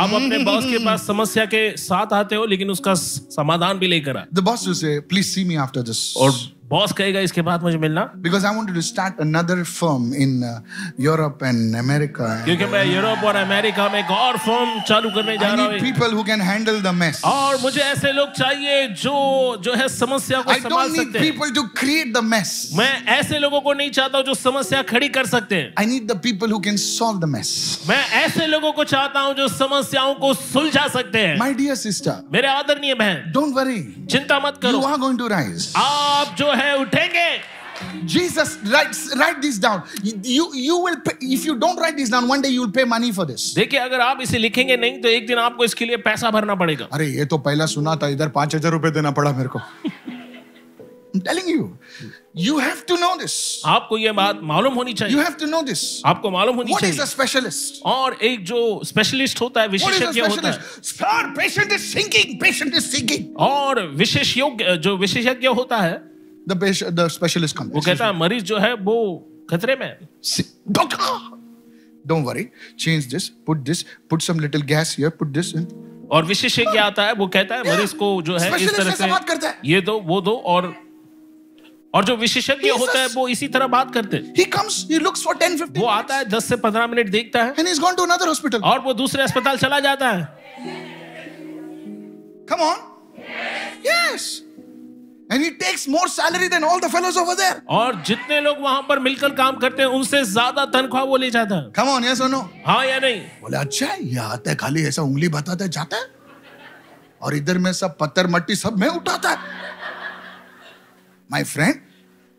Speaker 2: आप अपने बॉस के पास समस्या के साथ आते हो लेकिन उसका स- समाधान भी लेकर आए
Speaker 1: the boss will say please see me after this
Speaker 2: और बॉस कहेगा इसके बाद मुझे मिलना
Speaker 1: because I wanted to start another firm in uh, Europe and America.
Speaker 2: क्योंकि मैं यूरोप और अमेरिका में एक और फर्म चालू करने जा रहा
Speaker 1: I need
Speaker 2: हूँ
Speaker 1: people who can handle the mess.
Speaker 2: और मुझे ऐसे लोग चाहिए जो जो है समस्या को
Speaker 1: I
Speaker 2: संभाल
Speaker 1: don't need
Speaker 2: सकते हैं
Speaker 1: people to create the mess.
Speaker 2: मैं ऐसे लोगों को नहीं चाहता हूँ जो समस्या खड़ी कर सकते हैं
Speaker 1: I need the people who can solve the mess.
Speaker 2: मैं ऐसे लोगों को चाहता हूँ जो समस्याओं को सुलझा सकते हैं
Speaker 1: My dear sister,
Speaker 2: मेरे आदरणीय बहन
Speaker 1: don't worry.
Speaker 2: चिंता मत
Speaker 1: You
Speaker 2: करो
Speaker 1: are going to rise.
Speaker 2: आप जो है उठेंगे
Speaker 1: Jesus, write, write this down. You, you, you will pay, if you don't write this down, one day you will pay money for this.
Speaker 2: देखिए अगर आप इसे लिखेंगे नहीं तो एक दिन आपको इसके लिए पैसा भरना पड़ेगा
Speaker 1: अरे ये तो पहला सुना था इधर पांच हजार रुपए देना पड़ा मेरे को I'm telling you, you have to know this.
Speaker 2: आपको ये बात मालूम होनी
Speaker 1: You
Speaker 2: चाहिए
Speaker 1: have to know this.
Speaker 2: आपको मालूम होनी
Speaker 1: What is
Speaker 2: चाहिए
Speaker 1: a specialist?
Speaker 2: और एक जो स्पेशलिस्ट होता है
Speaker 1: What is a
Speaker 2: विशेषज्ञ होता है
Speaker 1: specialist? Sir, patient is sinking. Patient is sinking.
Speaker 2: और विशेष योग्य जो विशेषज्ञ होता है
Speaker 1: The patient, the specialist comes.
Speaker 2: वो कहता है मरीज जो है वो खतरे में है।
Speaker 1: Si- Doctor, don't worry. Change this. Put this. Put some little gas here. Put this in.
Speaker 2: और विशेषज्ञ आता है वो कहता है मरीज को जो है इस
Speaker 1: Specialist
Speaker 2: तरह
Speaker 1: ऐसा बात करता
Speaker 2: से
Speaker 1: है।
Speaker 2: ये दो वो दो और और जो विशेषज्ञ
Speaker 1: Jesus.
Speaker 2: होता है वो इसी तरह बात करते हैं
Speaker 1: He comes. He looks for 10, 15
Speaker 2: वो आता है Oh. दस से पंद्रह मिनट देखता है
Speaker 1: and he's gone to another hospital.
Speaker 2: और वो दूसरे अस्पताल चला जाता है
Speaker 1: Come on. Yes. And he takes more salary than all the fellows over there.
Speaker 2: और जितने लोग वहां पर मिलकर काम करते हैं उनसे ज्यादा तनख्वाह वो ले जाता है
Speaker 1: Come on. Yes or no?
Speaker 2: हाँ या नहीं
Speaker 1: बोले अच्छा है ये आता है खाली ऐसा उंगली बताता है जाता है और इधर में सब पत्थर मट्टी सब मैं उठाता है माई फ्रेंड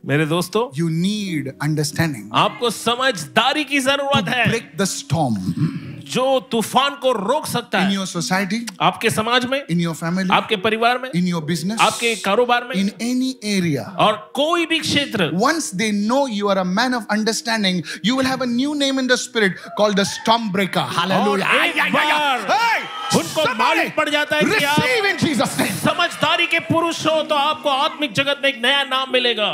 Speaker 2: मेरे दोस्तों
Speaker 1: यू नीड अंडरस्टैंडिंग
Speaker 2: आपको समझदारी की जरूरत हाँ, है
Speaker 1: ब्रेक द स्टॉम इन
Speaker 2: जो तूफान को रोक सकता है
Speaker 1: योर सोसाइटी
Speaker 2: आपके समाज में
Speaker 1: इन योर फैमिली
Speaker 2: आपके परिवार में
Speaker 1: इन योर बिजनेस
Speaker 2: आपके कारोबार में
Speaker 1: इन एनी एरिया
Speaker 2: और कोई भी क्षेत्र
Speaker 1: Once they know you are a man of understanding, you will have a new name in the spirit called the storm breaker. Hallelujah.
Speaker 2: और
Speaker 1: Ay,
Speaker 2: एक
Speaker 1: ay, ay, ay.
Speaker 2: बार
Speaker 1: Hey,
Speaker 2: उनको
Speaker 1: somebody,
Speaker 2: मालूम पड़ जाता है कि आप-
Speaker 1: receive in Jesus' name.
Speaker 2: समझदारी के पुरुष हो तो आपको आत्मिक जगत में एक नया नाम मिलेगा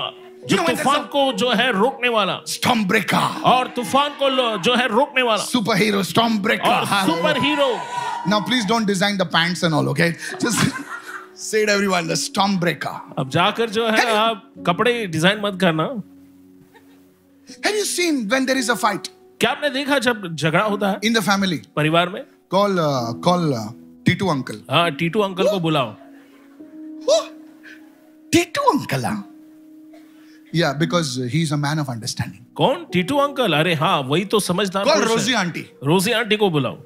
Speaker 1: You
Speaker 2: जो
Speaker 1: know when
Speaker 2: तूफान
Speaker 1: there's
Speaker 2: को जो है रोकने वाला
Speaker 1: Storm breaker.
Speaker 2: और तूफान को लो- जो है रोकने वाला
Speaker 1: Superhero, storm breaker.
Speaker 2: और
Speaker 1: Hallelujah.
Speaker 2: Superhero
Speaker 1: Now, please don't design the pants and all, okay? Just say it, everyone the storm breaker.
Speaker 2: अब जाकर जो है
Speaker 1: Hey.
Speaker 2: आप कपड़े डिजाइन मत करना
Speaker 1: Have you seen when there is a fight
Speaker 2: क्या आपने देखा जब झगड़ा होता है
Speaker 1: in the family?
Speaker 2: परिवार में
Speaker 1: Call, uh, call uh, Titu uncle.
Speaker 2: हाँ टीटू अंकल को बुलाओ
Speaker 1: Oh, Titu uncle, huh? Yeah, because uh, he's a man of understanding.
Speaker 2: कौन टीटू अंकल अरे हाँ वही तो समझदार
Speaker 1: Call
Speaker 2: पुरुष है।
Speaker 1: Rosie auntie.
Speaker 2: रोजी आंटी को बुलाओ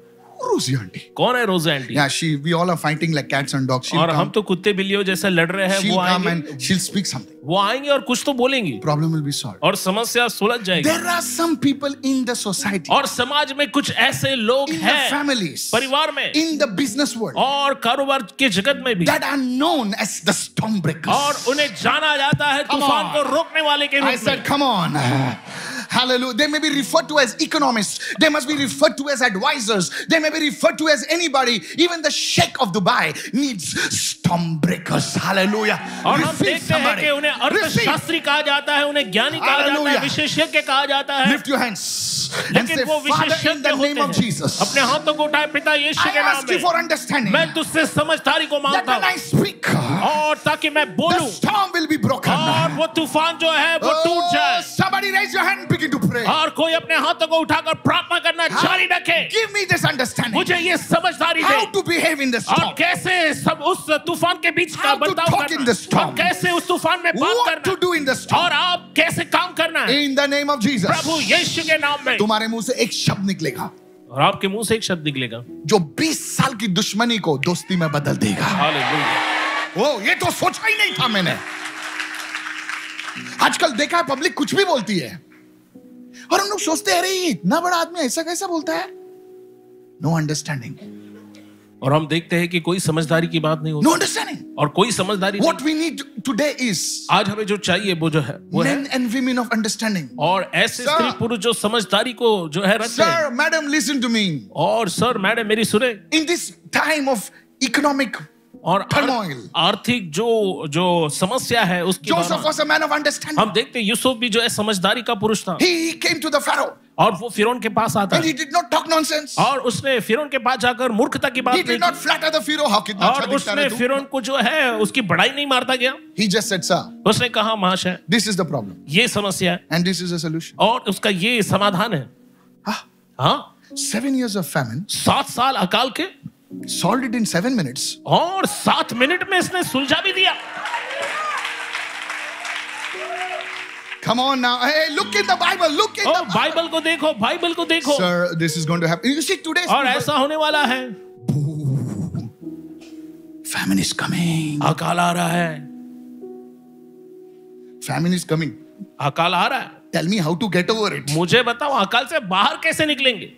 Speaker 1: Rosie auntie.
Speaker 2: कौन है Rosie auntie
Speaker 1: Yeah, she. We all are fighting like cats and dogs. She'll
Speaker 2: और हम
Speaker 1: come.
Speaker 2: तो कुत्ते बिल्लियों जैसा लड़ रहे हैं
Speaker 1: She'll
Speaker 2: वो
Speaker 1: come
Speaker 2: आएंगे
Speaker 1: and she'll speak something.
Speaker 2: वो आएंगे और कुछ तो बोलेंगी
Speaker 1: Problem will be solved.
Speaker 2: और समस्या सुलझ जाएगी
Speaker 1: There are some people in the society,
Speaker 2: और समाज में कुछ ऐसे लोग
Speaker 1: in the
Speaker 2: हैं
Speaker 1: families,
Speaker 2: परिवार में
Speaker 1: in the business world
Speaker 2: और कारोबार के जगत में भी
Speaker 1: that are known as the storm breakers.
Speaker 2: और उन्हें जाना जाता है
Speaker 1: Come
Speaker 2: तूफान
Speaker 1: on.
Speaker 2: को रोकने वाले के
Speaker 1: I
Speaker 2: रूप में
Speaker 1: said, come on. Hallelujah. They may be referred to as economists. They must be referred to as advisors. They may be referred to as anybody. Even the Sheikh of Dubai needs storm breakers. Hallelujah.
Speaker 2: और हम
Speaker 1: Receive
Speaker 2: देखते हैं
Speaker 1: somebody.
Speaker 2: कि उन्हें
Speaker 1: Receive.
Speaker 2: अर्थशास्त्री कहा जाता है उन्हें ज्ञानी कहा जाता है
Speaker 1: Hallelujah.
Speaker 2: विशेषज्ञ कहा जाता है
Speaker 1: Lift your hands and say,
Speaker 2: लेकिन वो
Speaker 1: Father, in
Speaker 2: विशेषज्ञ
Speaker 1: the name of
Speaker 2: होते हैं
Speaker 1: Jesus,
Speaker 2: अपने हाथों को उठाए पिता यीशु
Speaker 1: I
Speaker 2: के नाम
Speaker 1: ask you
Speaker 2: में
Speaker 1: for understanding
Speaker 2: मैं
Speaker 1: that
Speaker 2: तुझसे समझदारी को मांगता
Speaker 1: when I
Speaker 2: हूँ
Speaker 1: speak, the
Speaker 2: और ताकि मैं बोलूं
Speaker 1: storm will be broken.
Speaker 2: और वो तूफान जो है वो टूट
Speaker 1: Oh,
Speaker 2: जाए
Speaker 1: somebody raise your hand and begin to pray.
Speaker 2: और कोई अपने हाथों को उठाकर प्रार्थना करना जारी रखे
Speaker 1: Give me this understanding.
Speaker 2: मुझे ये समझदारी दे
Speaker 1: How to behave in the
Speaker 2: और
Speaker 1: storm.
Speaker 2: कैसे सब उस तूफान के बीच का
Speaker 1: How to
Speaker 2: बर्ताव
Speaker 1: talk in
Speaker 2: करना
Speaker 1: the storm.
Speaker 2: और कैसे उस तूफान में बात
Speaker 1: What to
Speaker 2: करना
Speaker 1: do in the storm.
Speaker 2: और आप कैसे काम करना है
Speaker 1: In the name of Jesus.
Speaker 2: प्रभु यीशु के नाम में
Speaker 1: तुम्हारे मुंह से एक शब्द निकलेगा
Speaker 2: और आपके मुंह से एक शब्द निकलेगा
Speaker 1: जो 20 साल की दुश्मनी को दोस्ती में बदल देगा
Speaker 2: हालेलुया
Speaker 1: ओ ये तो सोचा ही नहीं था मैंने आजकल देखा है पब्लिक कुछ भी बोलती है और हम लोग सोचते हैं अरे ये इतना बड़ा आदमी ऐसा कैसा बोलता है नो अंडरस्टैंडिंग
Speaker 2: और हम देखते हैं कि कोई समझदारी की बात नहीं होती
Speaker 1: नो अंडरस्टैंडिंग
Speaker 2: और कोई समझदारी
Speaker 1: what we need today is
Speaker 2: नहीं। आज हमें जो चाहिए वो जो है वो है
Speaker 1: men and women of understanding
Speaker 2: और ऐसे
Speaker 1: Sir.
Speaker 2: स्त्री पुरुष जो समझदारी को जो है रखते हैं
Speaker 1: sir madam listen to me
Speaker 2: और सर मैडम मेरी सुने
Speaker 1: in this time of economic
Speaker 2: और आर-
Speaker 1: turmoil.
Speaker 2: आर्थिक जो जो समस्या है उसकी
Speaker 1: Joseph
Speaker 2: दौरान
Speaker 1: was a man of understanding.
Speaker 2: हम देखते हैं, यूसुफ भी जो है समझदारी का पुरुष था
Speaker 1: He he came to the Pharaoh
Speaker 2: और वो फिरौन के पास आता
Speaker 1: and he
Speaker 2: है
Speaker 1: did not talk nonsense.
Speaker 2: और उसने फिरौन के पास जाकर मूर्खता की
Speaker 1: He
Speaker 2: बात नहीं
Speaker 1: did not
Speaker 2: की।
Speaker 1: flatter the Pharaoh. How कितना अच्छा
Speaker 2: और
Speaker 1: दिखता
Speaker 2: उसने
Speaker 1: रहे तू?
Speaker 2: फिरौन को जो है उसकी बड़ाई नहीं मारता गया
Speaker 1: He just said, sir,
Speaker 2: उसने कहा महाशय
Speaker 1: this is the problem
Speaker 2: ये समस्या है
Speaker 1: and this is the solution.
Speaker 2: और उसका ये समाधान है
Speaker 1: Ah,
Speaker 2: हाँ
Speaker 1: seven years of famine,
Speaker 2: सात साल अकाल के
Speaker 1: solved it in seven minutes.
Speaker 2: और सात मिनट में इसने सुलझा भी दिया
Speaker 1: Come on now. Hey, look in the Bible. Look in
Speaker 2: और
Speaker 1: the Bible.
Speaker 2: बाइबल को देखो बाइबल को देखो
Speaker 1: Sir, this is going to happen. You see, today's
Speaker 2: और
Speaker 1: people-
Speaker 2: ऐसा होने वाला है
Speaker 1: famine is coming.
Speaker 2: अकाल आ रहा है
Speaker 1: Famine is coming.
Speaker 2: अकाल आ रहा है
Speaker 1: Tell me how to get over it.
Speaker 2: मुझे बताओ अकाल से बाहर कैसे निकलेंगे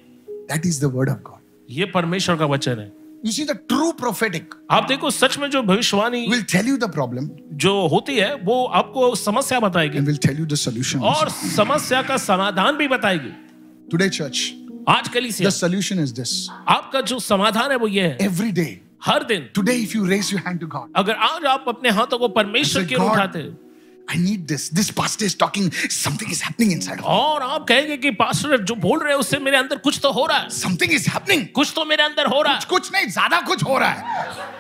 Speaker 1: That is the word of God.
Speaker 2: ये परमेश्वर का वचन है
Speaker 1: You see, the true prophetic
Speaker 2: आप देखो सच में जो भविष्यवाणी
Speaker 1: will tell you the problem
Speaker 2: जो होती है वो आपको समस्या बताएगी
Speaker 1: and will tell you the solution.
Speaker 2: और समस्या का समाधान भी बताएगी
Speaker 1: Today, church,
Speaker 2: आज कल इसी
Speaker 1: the solution is this.
Speaker 2: आपका जो समाधान है वो ये है
Speaker 1: Every day,
Speaker 2: हर दिन
Speaker 1: today, if you raise your hand to God,
Speaker 2: अगर आज आप अपने हाथों को परमेश्वर
Speaker 1: I
Speaker 2: की
Speaker 1: say,
Speaker 2: ओर
Speaker 1: "God."
Speaker 2: उठाते
Speaker 1: I need this. This pastor is talking. Something is happening inside of me.
Speaker 2: और आप कहेंगे कि पास्टर जो बोल रहे हैं उससे मेरे अंदर कुछ तो हो रहा है
Speaker 1: Something is happening.
Speaker 2: कुछ तो मेरे अंदर हो रहा है
Speaker 1: कुछ नहीं ज्यादा कुछ हो रहा है.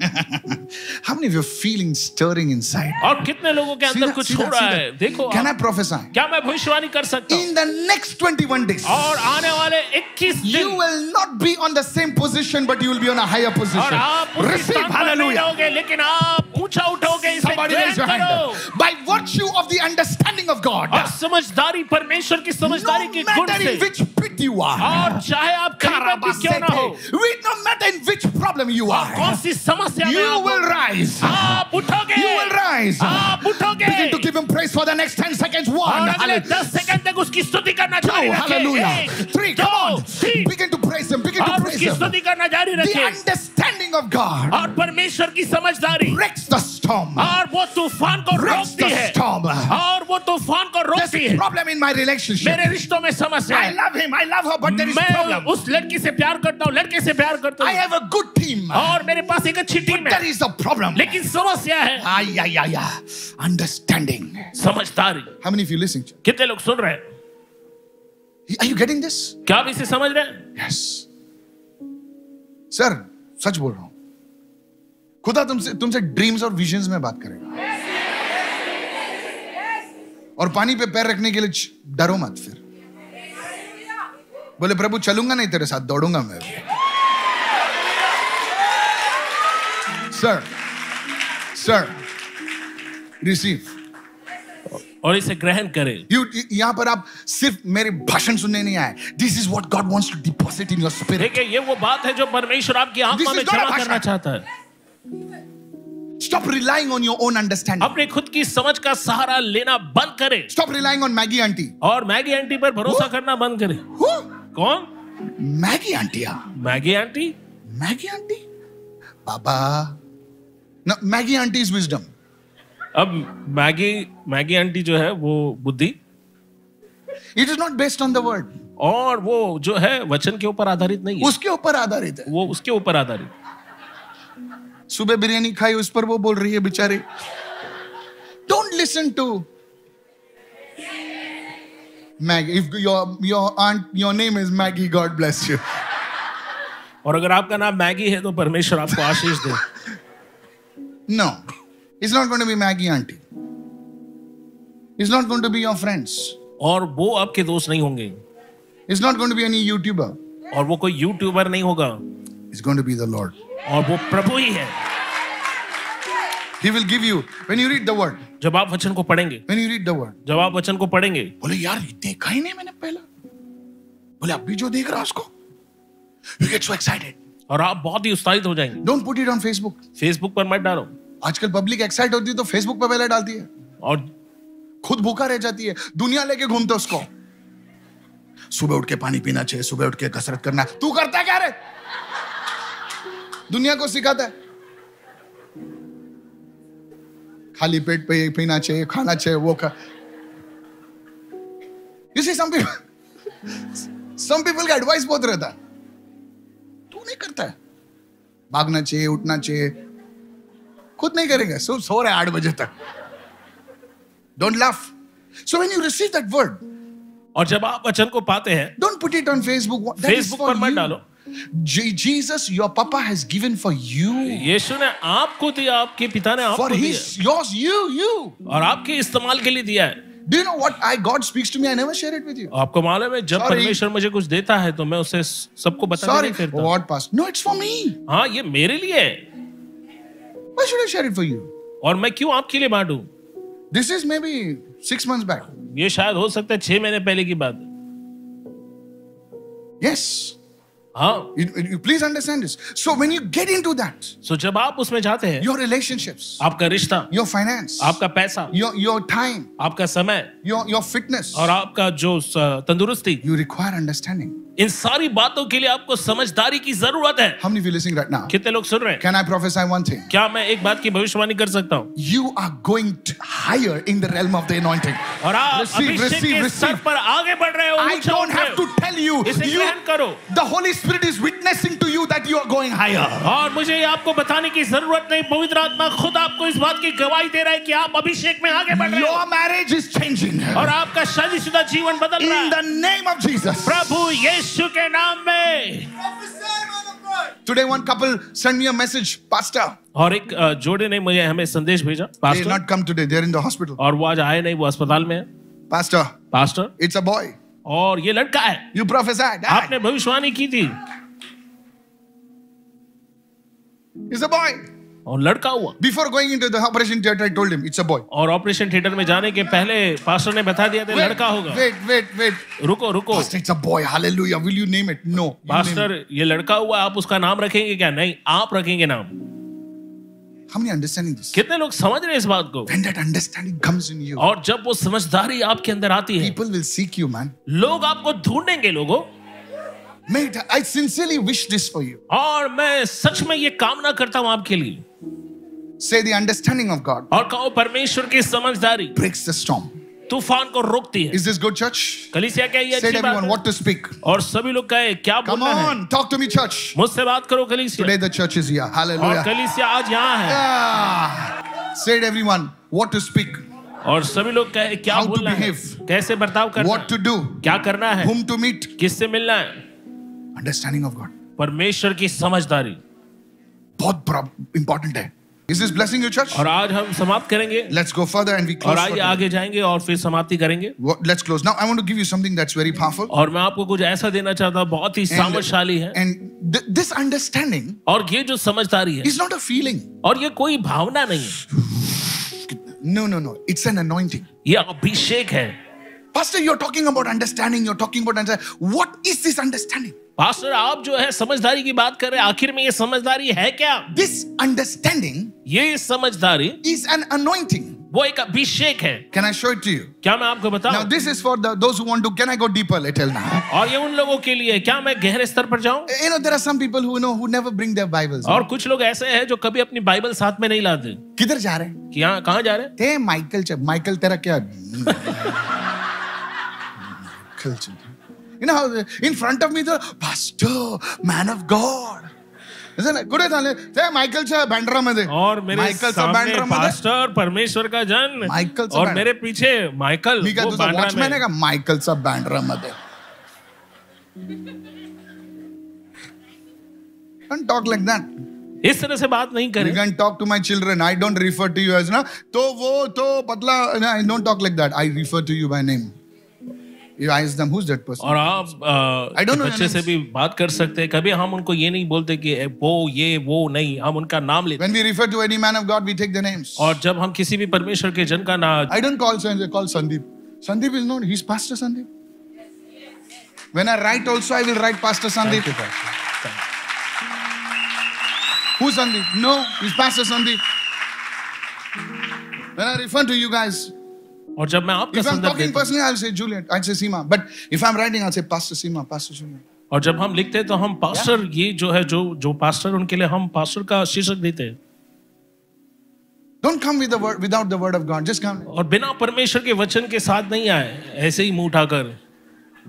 Speaker 1: How many of you are feeling stirring inside?
Speaker 2: और कितने लोगों के
Speaker 1: See
Speaker 2: अंदर
Speaker 1: that,
Speaker 2: कुछ
Speaker 1: see
Speaker 2: हो
Speaker 1: that,
Speaker 2: रहा
Speaker 1: see
Speaker 2: है
Speaker 1: that.
Speaker 2: देखो
Speaker 1: Can
Speaker 2: आप-
Speaker 1: I prophesy?
Speaker 2: क्या मैं भविष्यवाणी कर सकता हूँ
Speaker 1: In the next 21 days,
Speaker 2: और आने वाले 21
Speaker 1: you
Speaker 2: दिन
Speaker 1: will not be on the same position, but you will be on a higher
Speaker 2: और
Speaker 1: position.
Speaker 2: आप उसी
Speaker 1: Receive
Speaker 2: स्थान पर नहीं
Speaker 1: hallelujah.
Speaker 2: रहोगे लेकिन आप ऊंचा उठोगे इसे
Speaker 1: Somebody
Speaker 2: ग्रहण
Speaker 1: raise your hand.
Speaker 2: करो
Speaker 1: By virtue of the understanding of God,
Speaker 2: और समझदारी परमेश्वर की समझदारी
Speaker 1: no
Speaker 2: के गुण
Speaker 1: matter in
Speaker 2: से
Speaker 1: which pit you are,
Speaker 2: और चाहे आप करीबन भी क्यों ना हो
Speaker 1: Karabasete, we no matter in which problem you
Speaker 2: कौन
Speaker 1: are,
Speaker 2: सी समस्या में
Speaker 1: you
Speaker 2: आप हो,
Speaker 1: will rise.
Speaker 2: आप उठोगे
Speaker 1: You will rise.
Speaker 2: आप उठोगे
Speaker 1: Begin to give him praise for the next 10 seconds. One,
Speaker 2: और अगले
Speaker 1: hallelujah.
Speaker 2: 10 सेकंड तक उसकी स्तुति करना
Speaker 1: Two,
Speaker 2: जारी रखें
Speaker 1: hallelujah.
Speaker 2: एक,
Speaker 1: Three, come
Speaker 2: दो,
Speaker 1: on.
Speaker 2: तीन
Speaker 1: Begin to praise him. Begin to
Speaker 2: और
Speaker 1: praise
Speaker 2: उसकी
Speaker 1: him.
Speaker 2: स्तुति करना जारी
Speaker 1: The
Speaker 2: रखें
Speaker 1: understanding of God
Speaker 2: और परमेश्वर की समझदारी
Speaker 1: breaks the storm,
Speaker 2: और वो तूफान को
Speaker 1: breaks
Speaker 2: रोकती
Speaker 1: the
Speaker 2: है
Speaker 1: storm.
Speaker 2: और वो तूफान को
Speaker 1: There's
Speaker 2: रोकती
Speaker 1: a
Speaker 2: है
Speaker 1: problem in my relationship.
Speaker 2: मेरे रिश्तों में समस्या
Speaker 1: I
Speaker 2: है
Speaker 1: love him, I love her, but there is
Speaker 2: मैं
Speaker 1: problem.
Speaker 2: उस लड़की से प्यार करता हूँ लड़के से प्यार करता
Speaker 1: I
Speaker 2: हूँ
Speaker 1: have a good team,
Speaker 2: और मेरे पास एक अच्छी टीम
Speaker 1: there
Speaker 2: है
Speaker 1: is a problem.
Speaker 2: लेकिन समस्या है
Speaker 1: Ay, ay, ay, ay. Understanding.
Speaker 2: समझदारी
Speaker 1: How many of you listening? to-
Speaker 2: कितने लोग सुन रहे हैं
Speaker 1: Are you getting this?
Speaker 2: क्या आप इसे समझ रहे हैं
Speaker 1: यस सर सच बोल रहा हूं खुदा तुमसे तुमसे ड्रीम्स और विजन्स में बात करेगा और पानी पे पैर रखने के लिए छ- डरो मत फिर बोले प्रभु चलूंगा नहीं तेरे साथ दौड़ूंगा मैं सर सर रिसीव
Speaker 2: और इसे ग्रहण करें
Speaker 1: यू यहां पर आप सिर्फ मेरे भाषण सुनने नहीं आए this is what God wants to deposit in your spirit
Speaker 2: देखिए ये वो बात है जो परमेश्वर आपकी आंखों
Speaker 1: This
Speaker 2: में
Speaker 1: is not a
Speaker 2: जमा
Speaker 1: भाषण.
Speaker 2: करना चाहता है
Speaker 1: Stop relying on your own understanding.
Speaker 2: अपने खुद की समझ का सहारा लेना बंद करें
Speaker 1: Stop relying on Maggie auntie.
Speaker 2: और मैगी आंटी पर भरोसा करना बंद करें
Speaker 1: Who?
Speaker 2: कौन
Speaker 1: Maggie auntie. ah.
Speaker 2: Maggie auntie
Speaker 1: Maggie auntie? Baba. No, Maggie auntie is wisdom.
Speaker 2: अब मैगी मैगी आंटी जो है वो बुद्धि
Speaker 1: It is not based on the word.
Speaker 2: और वो जो है वचन के ऊपर आधारित नहीं है
Speaker 1: उसके ऊपर आधारित है
Speaker 2: वो उसके ऊपर आधारित
Speaker 1: सुबह बिरयानी खाई उस पर वो बोल रही है बेचारे don't listen to Maggie, if your your aunt your name is Maggie, God bless you.
Speaker 2: और अगर आपका नाम मैगी है तो परमेश्वर आपको आशीष दे
Speaker 1: No, it's not going to be Maggie auntie. It's not going to be your friends.
Speaker 2: और वो आपके दोस्त नहीं होंगे
Speaker 1: It's not going to be any YouTuber.
Speaker 2: और वो कोई यूट्यूबर नहीं होगा
Speaker 1: It's going to be the Lord.
Speaker 2: और वो प्रभु ही है
Speaker 1: He will give you when you read the word.
Speaker 2: जब आप वचन को पढ़ेंगे
Speaker 1: When you read the word.
Speaker 2: जब आप वचन को पढ़ेंगे
Speaker 1: बोले यार ये देखा ही नहीं मैंने पहला बोले अब भी जो देख रहा हूं उसको you get so excited
Speaker 2: और आप बहुत ही उत्साहित हो जाएंगे
Speaker 1: don't put it on facebook
Speaker 2: Facebook पर मत डालो
Speaker 1: आजकल पब्लिक एक्साइट होती है तो फेसबुक पे पहले डालती है
Speaker 2: और
Speaker 1: खुद भूखा रह जाती है दुनिया लेके घूमता उसको सुबह उठ के पानी पीना चाहिए सुबह उठ के कसरत करना तू करता है क्या रे दुनिया को सिखाता है खाली पेट पे ये पीना चाहिए खाना चाहिए वो खा you see some people some people का एडवाइस बहुत रहता है तू नहीं करता है भागना चाहिए उठना चाहिए खुद नहीं करेंगे सो सो रहे आठ बजे तक don't laugh so when you receive that word
Speaker 2: और जब आप वचन को पाते हैं
Speaker 1: don't put it on Facebook
Speaker 2: Facebook पर मत डालो।
Speaker 1: Jesus, your Papa has given for you,
Speaker 2: यीशु ने आपको दिया आपके पिता ने
Speaker 1: for
Speaker 2: आपको दिया
Speaker 1: His, yours, you, you.
Speaker 2: और आपके इस्तेमाल के लिए दिया है
Speaker 1: Do you know what I God speaks to me? I never share it with you.
Speaker 2: आपको मालूम है जब
Speaker 1: Sorry.
Speaker 2: परमेश्वर मुझे कुछ देता है तो मैं उसे स- सबको बता
Speaker 1: Sorry,
Speaker 2: नहीं करता
Speaker 1: what pastor? No, it's for me.
Speaker 2: हाँ ये मेरे लिए है
Speaker 1: Why should I share it for you?
Speaker 2: और मैं क्यों आपके लिए बांटू
Speaker 1: This is maybe six months back.
Speaker 2: ये शायद हो सकता है छह महीने पहले की बात है।
Speaker 1: Yes.
Speaker 2: हाँ
Speaker 1: You, you- please understand this. So when you get into that,
Speaker 2: so जब आप उसमें जाते हैं
Speaker 1: your relationships,
Speaker 2: आपका रिश्ता
Speaker 1: your finance,
Speaker 2: आपका पैसा
Speaker 1: your your time,
Speaker 2: आपका समय
Speaker 1: your your fitness,
Speaker 2: और आपका जो स- तंदुरुस्ती
Speaker 1: you require understanding.
Speaker 2: इन सारी बातों के लिए आपको समझदारी की जरूरत है
Speaker 1: How many of you listening right now?
Speaker 2: कितने लोग सुन रहे हैं
Speaker 1: Can I prophesy one thing?
Speaker 2: क्या मैं एक बात की भविष्यवाणी कर सकता हूँ
Speaker 1: You are going t- higher in the realm of the anointing.
Speaker 2: और आप
Speaker 1: Receive,
Speaker 2: अभिषेक
Speaker 1: receive,
Speaker 2: के स्तर
Speaker 1: receive.
Speaker 2: पर आगे बढ़ रहे हो
Speaker 1: I
Speaker 2: ऊंचा
Speaker 1: don't
Speaker 2: उठ रहे
Speaker 1: have to
Speaker 2: हो।
Speaker 1: tell you.
Speaker 2: इसे
Speaker 1: you
Speaker 2: ग्रहण करो
Speaker 1: the Holy Spirit is witnessing to you that you are going higher.
Speaker 2: और मुझे ये आपको बताने की जरूरत नहीं पवित्र आत्मा खुद आपको इस बात की गवाही दे रहा है कि आप अभिषेक में आगे बढ़ रहे
Speaker 1: Your
Speaker 2: हो
Speaker 1: marriage is changing.
Speaker 2: और आपका शादीशुदा जीवन बदल रहा
Speaker 1: In
Speaker 2: है
Speaker 1: the name of Jesus.
Speaker 2: प्रभु यीशु के नाम में
Speaker 1: Today, one couple sent me a message, Pastor.
Speaker 2: और एक अ, जोड़े ने मुझे हमें संदेश भेजा
Speaker 1: They did
Speaker 2: pastor
Speaker 1: not come today. They're in the hospital.
Speaker 2: और वो आज आए नहीं वो अस्पताल में है
Speaker 1: Pastor,
Speaker 2: pastor
Speaker 1: it's a boy.
Speaker 2: और ये लड़का है
Speaker 1: You prophesied. Ah,
Speaker 2: आपने भविष्यवाणी की थी
Speaker 1: It's a boy.
Speaker 2: और लड़का हुआ
Speaker 1: Before going into the operation theater, I told him it's a boy.
Speaker 2: और ऑपरेशन थिएटर में जाने के पहले पास्टर ने बता दिया था
Speaker 1: Wait,
Speaker 2: लड़का होगा
Speaker 1: Wait, wait, wait.
Speaker 2: रुको रुको
Speaker 1: Pastor, it's a boy. Hallelujah. Will you name it? No. You name
Speaker 2: pastor ये लड़का हुआ आप उसका नाम रखेंगे क्या नहीं आप रखेंगे नाम
Speaker 1: it. How many understanding this?
Speaker 2: कितने लोग समझ रहे हैं इस बात को
Speaker 1: When that understanding comes in you,
Speaker 2: और जब वो समझदारी आपके अंदर आती है
Speaker 1: people will seek you, man.
Speaker 2: लोग आपको ढूंढेंगे लोगों
Speaker 1: Mate, I sincerely wish this for you.
Speaker 2: और मैं सच में ये कामना करता हूं आपके लिए
Speaker 1: Say the understanding of God
Speaker 2: और कहो परमेश्वर की समझदारी
Speaker 1: breaks the storm.
Speaker 2: तूफान को रोकती है
Speaker 1: Is this good, church?
Speaker 2: कलिसिया क्या ये
Speaker 1: Say
Speaker 2: अच्छी
Speaker 1: to
Speaker 2: बात
Speaker 1: everyone
Speaker 2: है?
Speaker 1: what to speak.
Speaker 2: और सभी लोग कहे क्या
Speaker 1: Come
Speaker 2: बोलना है
Speaker 1: on, talk to me, church.
Speaker 2: मुझसे बात करो कलिसिया
Speaker 1: Today the church is here.
Speaker 2: और
Speaker 1: Hallelujah.
Speaker 2: कलिसिया आज यहाँ है
Speaker 1: Ah, say to everyone what to speak,
Speaker 2: और सभी लोग कहे क्या
Speaker 1: How to
Speaker 2: बोलना है
Speaker 1: behave.
Speaker 2: कैसे बर्ताव करना
Speaker 1: what
Speaker 2: है?
Speaker 1: to do,
Speaker 2: क्या करना है
Speaker 1: whom to meet.
Speaker 2: किससे मिलना है
Speaker 1: अंडरस्टैंडिंग ऑफ गॉड
Speaker 2: परमेश्वर की समझदारी
Speaker 1: बहुत बड़ा इंपॉर्टेंट है is this blessing your church
Speaker 2: और आज हम समाप्त करेंगे
Speaker 1: let's go further and we
Speaker 2: और
Speaker 1: क्लोज
Speaker 2: आइए आगे जाएंगे और फिर समाप्ति करेंगे
Speaker 1: let's close now I want to give you something that's very powerful
Speaker 2: और मैं आपको कुछ ऐसा देना चाहता हूँ बहुत ही सामर्थशाली है
Speaker 1: एंड दिस अंडरस्टैंडिंग
Speaker 2: और ये जो समझदारी है
Speaker 1: इज नॉट अ फीलिंग
Speaker 2: और ये कोई भावना नहीं है
Speaker 1: no no no it's an anointing
Speaker 2: ये अभिषेक है
Speaker 1: Pastor, you're talking about understanding. You're talking about understanding. What is this understanding?
Speaker 2: Pastor आप जो है समझदारी की बात कर रहे हैं आखिर में ये समझदारी है क्या
Speaker 1: This understanding
Speaker 2: ये समझदारी
Speaker 1: is an anointing.
Speaker 2: वो एक अभिषेक है
Speaker 1: Can I show it to you?
Speaker 2: क्या मैं आपको
Speaker 1: Now,
Speaker 2: बताऊं
Speaker 1: this is for the, those who want to. Can I go deeper a little now?
Speaker 2: और ये उन लोगों के लिए है, क्या मैं गहरे स्तर पर जाऊं
Speaker 1: You know, there are some people who know who never bring their Bibles.
Speaker 2: और कुछ लोग ऐसे हैं जो कभी अपनी बाइबल साथ में नहीं लाते
Speaker 1: किधर जा रहे हैं?
Speaker 2: कि यहाँ कहाँ जा रहे हैं
Speaker 1: ते माइकल च माइकल तेरा क्या माइकल च you know how in front of me the pastor man of god isn't it good thale te michael cha bandra made
Speaker 2: और मेरे
Speaker 1: michael cha
Speaker 2: सामने
Speaker 1: bandra made
Speaker 2: पास्टर परमेश्वर का जन
Speaker 1: माइकल से
Speaker 2: और
Speaker 1: बांद्रा। तो
Speaker 2: मेरे पीछे माइकल
Speaker 1: मी काय
Speaker 2: वो
Speaker 1: तुझा
Speaker 2: बांद्रा
Speaker 1: वॉचमॅन
Speaker 2: में
Speaker 1: आहे का मायकलचा बँड्रा मध्ये Don't talk like that.
Speaker 2: है। इस तरह से बात नहीं
Speaker 1: You
Speaker 2: करें
Speaker 1: can talk to my children. I don't refer to you as ना तो वो तो पतला I don't talk like that. I refer to you by name. You ask them who's that person.
Speaker 2: और आप
Speaker 1: I
Speaker 2: आ,
Speaker 1: don't know
Speaker 2: बच्चे
Speaker 1: your
Speaker 2: से भी बात कर सकते हैं कभी हम उनको ये नहीं बोलते कि ए, वो ये वो नहीं हम उनका नाम लेते
Speaker 1: When we refer to any man of God, we take the names.
Speaker 2: और जब हम किसी भी परमेश्वर के जन का नाम
Speaker 1: I don't call Sanjay, I call Sandeep. Sandeep is known, he's Pastor Sandeep. When I write also, I will write Pastor Sandeep. Who's Sandeep? No, he's Pastor Sandeep. When I refer to you guys,
Speaker 2: और जब मैं आपका
Speaker 1: if I'm
Speaker 2: संदर्भ
Speaker 1: talking
Speaker 2: देता हूं,
Speaker 1: personally, I'll say Juliet, I'll say Seema. But if I'm writing, I'll say Pastor Seema, Pastor Seema.
Speaker 2: और जब हम लिखते हैं तो हम पास्टर ये जो है जो जो पास्टर उनके लिए हम पास्टर का शीर्षक देते हैं
Speaker 1: Don't come with the word without the word of God. Just come.
Speaker 2: और बिना परमेश्वर के वचन के साथ नहीं आए ऐसे ही मुंह उठाकर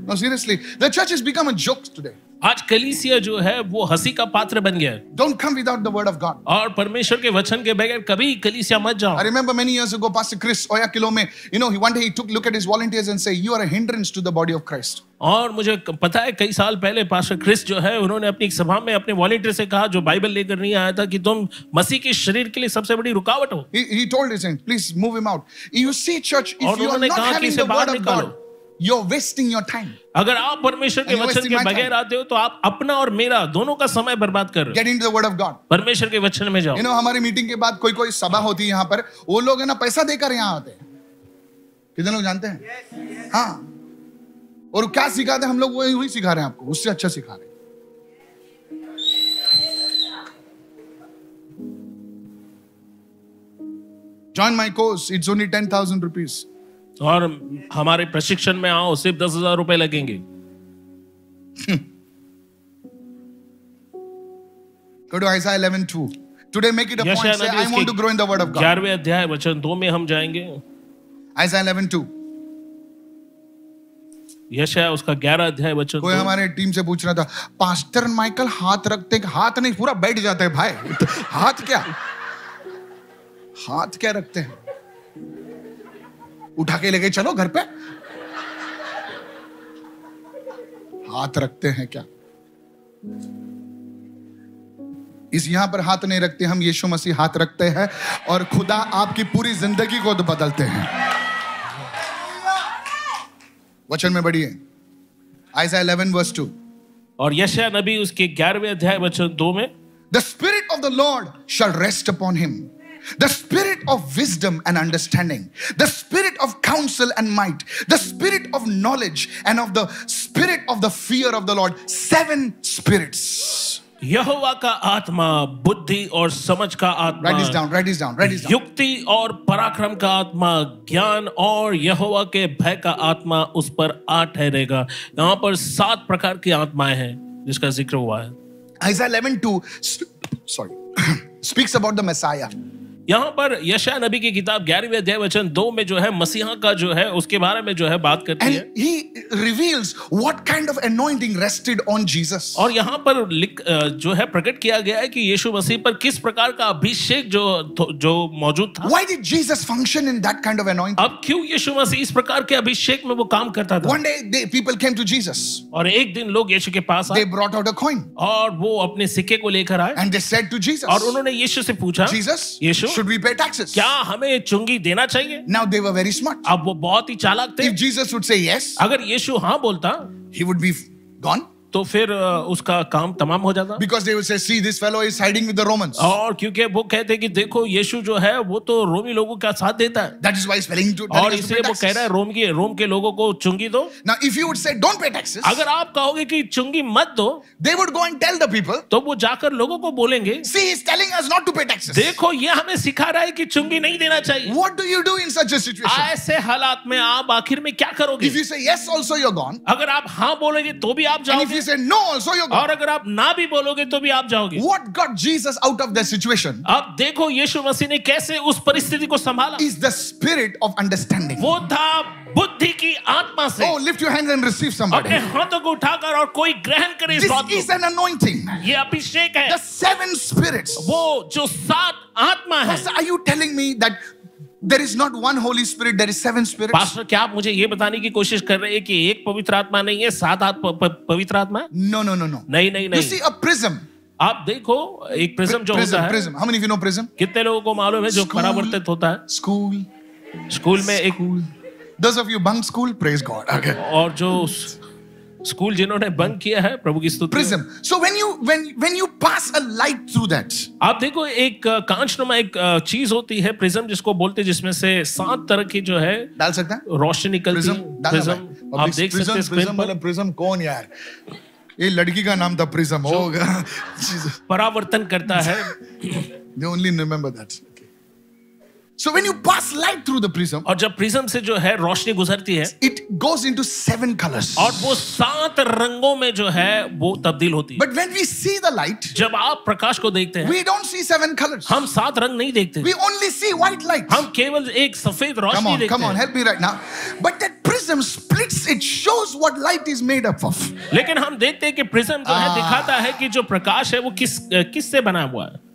Speaker 1: No, seriously. The church has become a joke today.
Speaker 2: आज कलीसिया जो है वो हंसी का पात्र बन गया है
Speaker 1: Don't come without the word of God.
Speaker 2: और परमेश्वर के वचन के बगैर कभी कलीसिया मत
Speaker 1: I
Speaker 2: जाओ
Speaker 1: remember many years ago, Pastor Chris Oyakilome, you know, he, one day he took look at his volunteers and say, you are a hindrance to the body of Christ.
Speaker 2: और मुझे क- पता है कई साल पहले पास्टर क्रिस जो है उन्होंने अपनी एक सभा में अपने वॉलेंटियर से कहा जो बाइबल लेकर नहीं आया था कि तुम मसीह के शरीर के लिए सबसे बड़ी रुकावट हो
Speaker 1: He, he told his saints, please move him out. You see, church, if you
Speaker 2: और
Speaker 1: are
Speaker 2: उन्होंने
Speaker 1: not
Speaker 2: कहा कि
Speaker 1: having
Speaker 2: इसे
Speaker 1: the
Speaker 2: बाहर
Speaker 1: word of
Speaker 2: निकालो।
Speaker 1: God, you're wasting your time.
Speaker 2: अगर आप परमेश्वर के
Speaker 1: And you
Speaker 2: वचन
Speaker 1: wasting
Speaker 2: के
Speaker 1: my
Speaker 2: बगैर
Speaker 1: time.
Speaker 2: आते हो तो आप अपना और मेरा दोनों का समय बर्बाद कर रहे हो
Speaker 1: Get into the word of God.
Speaker 2: परमेश्वर के वचन में जाओ
Speaker 1: यू नो हमारी मीटिंग के बाद कोई कोई सभा होती है यहाँ पर वो लोग है ना पैसा देकर यहाँ आते हैं कितने लोग जानते हैं हाँ और क्या सिखाते हैं हम लोग वही वही सिखा रहे हैं आपको उससे अच्छा सिखा रहे हैं join my course it's only 10000 rupees
Speaker 2: और हमारे प्रशिक्षण में आओ सिर्फ दस हजार रुपए लगेंगे
Speaker 1: go to isaiah 11 2 today make it a
Speaker 2: यशायाह
Speaker 1: point say
Speaker 2: Nabi
Speaker 1: i want
Speaker 2: उसके
Speaker 1: to grow in the word of god
Speaker 2: ग्यारहवें अध्याय वचन दो में हम जाएंगे
Speaker 1: isaiah 11 2
Speaker 2: यशया उसका ग्यारह अध्याय वचन
Speaker 1: कोई
Speaker 2: दो।
Speaker 1: हमारे टीम से पूछ रहा था पास्टर माइकल हाथ रखते हाथ नहीं पूरा बैठ जाता है भाई तो हाथ क्या हाथ क्या रखते हैं उठा के लेके चलो घर पे हाथ रखते हैं क्या इस यहां पर हाथ नहीं रखते हम यीशु मसीह हाथ रखते हैं और खुदा आपकी पूरी जिंदगी को बदलते हैं वचन में बढ़िए Isaiah 11, verse 2.
Speaker 2: और यशया नबी उसके ग्यारहवें अध्याय वचन दो में
Speaker 1: The Spirit of the Lord shall rest upon him. The spirit of wisdom and understanding, the spirit of counsel and might, the spirit of knowledge and of the spirit of the fear of the Lord. Seven spirits.
Speaker 2: Yahowa का आत्मा बुद्धि और समझ का
Speaker 1: Write this
Speaker 2: आत्मा
Speaker 1: down, write this down, write this down.
Speaker 2: युक्ति और पराक्रम का आत्मा ज्ञान और यहोवा के भय का आत्मा उस पर आ ठहरेगा यहाँ पर सात प्रकार की आत्माएं हैं जिसका जिक्र हुआ है
Speaker 1: Isaiah 11 2, sorry, speaks about the Messiah.
Speaker 2: यहाँ पर यशा नबी की किताब ग्यारहवें अध्याय वचन दो में जो है मसीहा का जो है उसके बारे में जो है बात करती है
Speaker 1: And he reveals what kind of anointing rested on Jesus.
Speaker 2: और यहाँ पर लिख अ, जो है प्रकट किया गया है कि यीशु मसीह पर किस प्रकार का अभिषेक जो तो, जो मौजूद था
Speaker 1: Why did Jesus function in that kind of anointing?
Speaker 2: अब क्यों यीशु मसीह इस प्रकार के अभिषेक में वो काम करता था
Speaker 1: One day, they, people came to Jesus.
Speaker 2: और एक दिन लोग यीशु के पास
Speaker 1: They
Speaker 2: आए
Speaker 1: brought out a coin
Speaker 2: और वो अपने सिक्के को लेकर आए
Speaker 1: and they said to Jesus,
Speaker 2: और उन्होंने यीशु से पूछा
Speaker 1: Jesus,
Speaker 2: Yeshu
Speaker 1: should we pay taxes?
Speaker 2: क्या हमें चुंगी देना चाहिए
Speaker 1: Now they were very smart.
Speaker 2: अब वो बहुत ही चालाक थे
Speaker 1: If Jesus would say yes,
Speaker 2: अगर यीशु हाँ बोलता
Speaker 1: he would be gone
Speaker 2: तो फिर अ, उसका काम तमाम हो जाता
Speaker 1: because they would say, see, this fellow is siding with the Romans.
Speaker 2: और क्योंकि वो कहते कि देखो यीशु जो है वो तो रोमी लोगों का साथ देता है
Speaker 1: That is why he's telling to,
Speaker 2: और
Speaker 1: telling us to
Speaker 2: इसलिए
Speaker 1: pay
Speaker 2: वो कह
Speaker 1: taxes.
Speaker 2: रहा है रोम के रोम के लोगों को चुंगी दो
Speaker 1: Now, if you would say, don't pay taxes,
Speaker 2: अगर आप कहोगे कि चुंगी मत दो
Speaker 1: they would go and tell the people,
Speaker 2: तो वो जाकर लोगों को बोलेंगे
Speaker 1: see, he's telling us not to pay taxes.
Speaker 2: देखो ये हमें सिखा रहा है कि चुंगी नहीं देना चाहिए
Speaker 1: What do you do in such a situation?
Speaker 2: ऐसे हालात में आप आखिर में क्या करोगे
Speaker 1: If you say yes, also you're gone.
Speaker 2: अगर आप हाँ बोलोगे तो भी आप
Speaker 1: And if
Speaker 2: जाओगे
Speaker 1: you say no, also you're gone.
Speaker 2: और अगर आप ना भी बोलोगे तो भी आप जाओगे
Speaker 1: What got Jesus out of that situation
Speaker 2: अब देखो यीशु मसीह ने कैसे उस परिस्थिति को संभाला
Speaker 1: is the spirit of understanding.
Speaker 2: वो था बुद्धि की आत्मा से
Speaker 1: Oh, lift your hands and receive
Speaker 2: अपने
Speaker 1: somebody.
Speaker 2: हाथों को उठाकर और कोई ग्रहण करे इस
Speaker 1: This
Speaker 2: बात
Speaker 1: is
Speaker 2: को
Speaker 1: an anointing.
Speaker 2: ये अभिषेक है
Speaker 1: The seven spirits.
Speaker 2: वो जो सात आत्मा है
Speaker 1: Pastor, are you telling me that there is not one Holy Spirit, there is seven spirits?
Speaker 2: Pastor क्या आप मुझे ये बताने की कोशिश कर रहे हैं कि एक पवित्र आत्मा नहीं है सात आत्मा प- पवित्र आत्मा है?
Speaker 1: No, no, no, no.
Speaker 2: नहीं नहीं
Speaker 1: You
Speaker 2: नहीं
Speaker 1: see, a prism.
Speaker 2: आप देखो एक प्रिज्म जो होता
Speaker 1: Prism,
Speaker 2: है
Speaker 1: prism. How many of you know prism?
Speaker 2: कितने लोगों को मालूम है जो
Speaker 1: School.
Speaker 2: परावर्तित होता है
Speaker 1: School.
Speaker 2: स्कूल में एक
Speaker 1: School. Those of you bunk school, praise God. Okay.
Speaker 2: और जो स- स्कूल जिन्होंने बंद किया है प्रभु की स्तुति हो।
Speaker 1: Prism. So when you when when you pass a light through that,
Speaker 2: आप देखो एक अ, कांचनुमा एक अ, चीज होती है प्रिज्म जिसको बोलते हैं जिसमें से सात तरह की जो है
Speaker 1: डाल सकता है?
Speaker 2: रोशनी निकलती
Speaker 1: प्रिज्म
Speaker 2: है
Speaker 1: डालना
Speaker 2: प्रिज्म
Speaker 1: भाई।
Speaker 2: आप
Speaker 1: Public-
Speaker 2: देख सकते हैं
Speaker 1: प्रिज्म-
Speaker 2: स्क्रीन
Speaker 1: प्रिज्म
Speaker 2: पर
Speaker 1: वाला प्रिज्म कौन यार ये लड़की का नाम था प्रिज्म होगा Jesus.
Speaker 2: परावर्तन करता है
Speaker 1: They only remember that. Okay. So when you pass light through the prism,
Speaker 2: और जब प्रिज्म से जो है रोशनी गुजरती है
Speaker 1: it goes into seven colors.
Speaker 2: और वो सात रंगों में जो है वो तब्दील होती है
Speaker 1: But when we see the light,
Speaker 2: जब आप प्रकाश को देखते हैं
Speaker 1: we don't see seven colors.
Speaker 2: हम सात रंग नहीं देखते
Speaker 1: We only see white light.
Speaker 2: हम केवल एक सफेद
Speaker 1: Come
Speaker 2: रोशनी
Speaker 1: on, come
Speaker 2: देखते
Speaker 1: on,
Speaker 2: हैं
Speaker 1: help me right now. But that prism splits, it shows what light is made up of.
Speaker 2: लेकिन हम देखते हैं कि प्रिज्म जो है
Speaker 1: Ah.
Speaker 2: दिखाता है कि जो प्रकाश है वो किस किस से बना हुआ है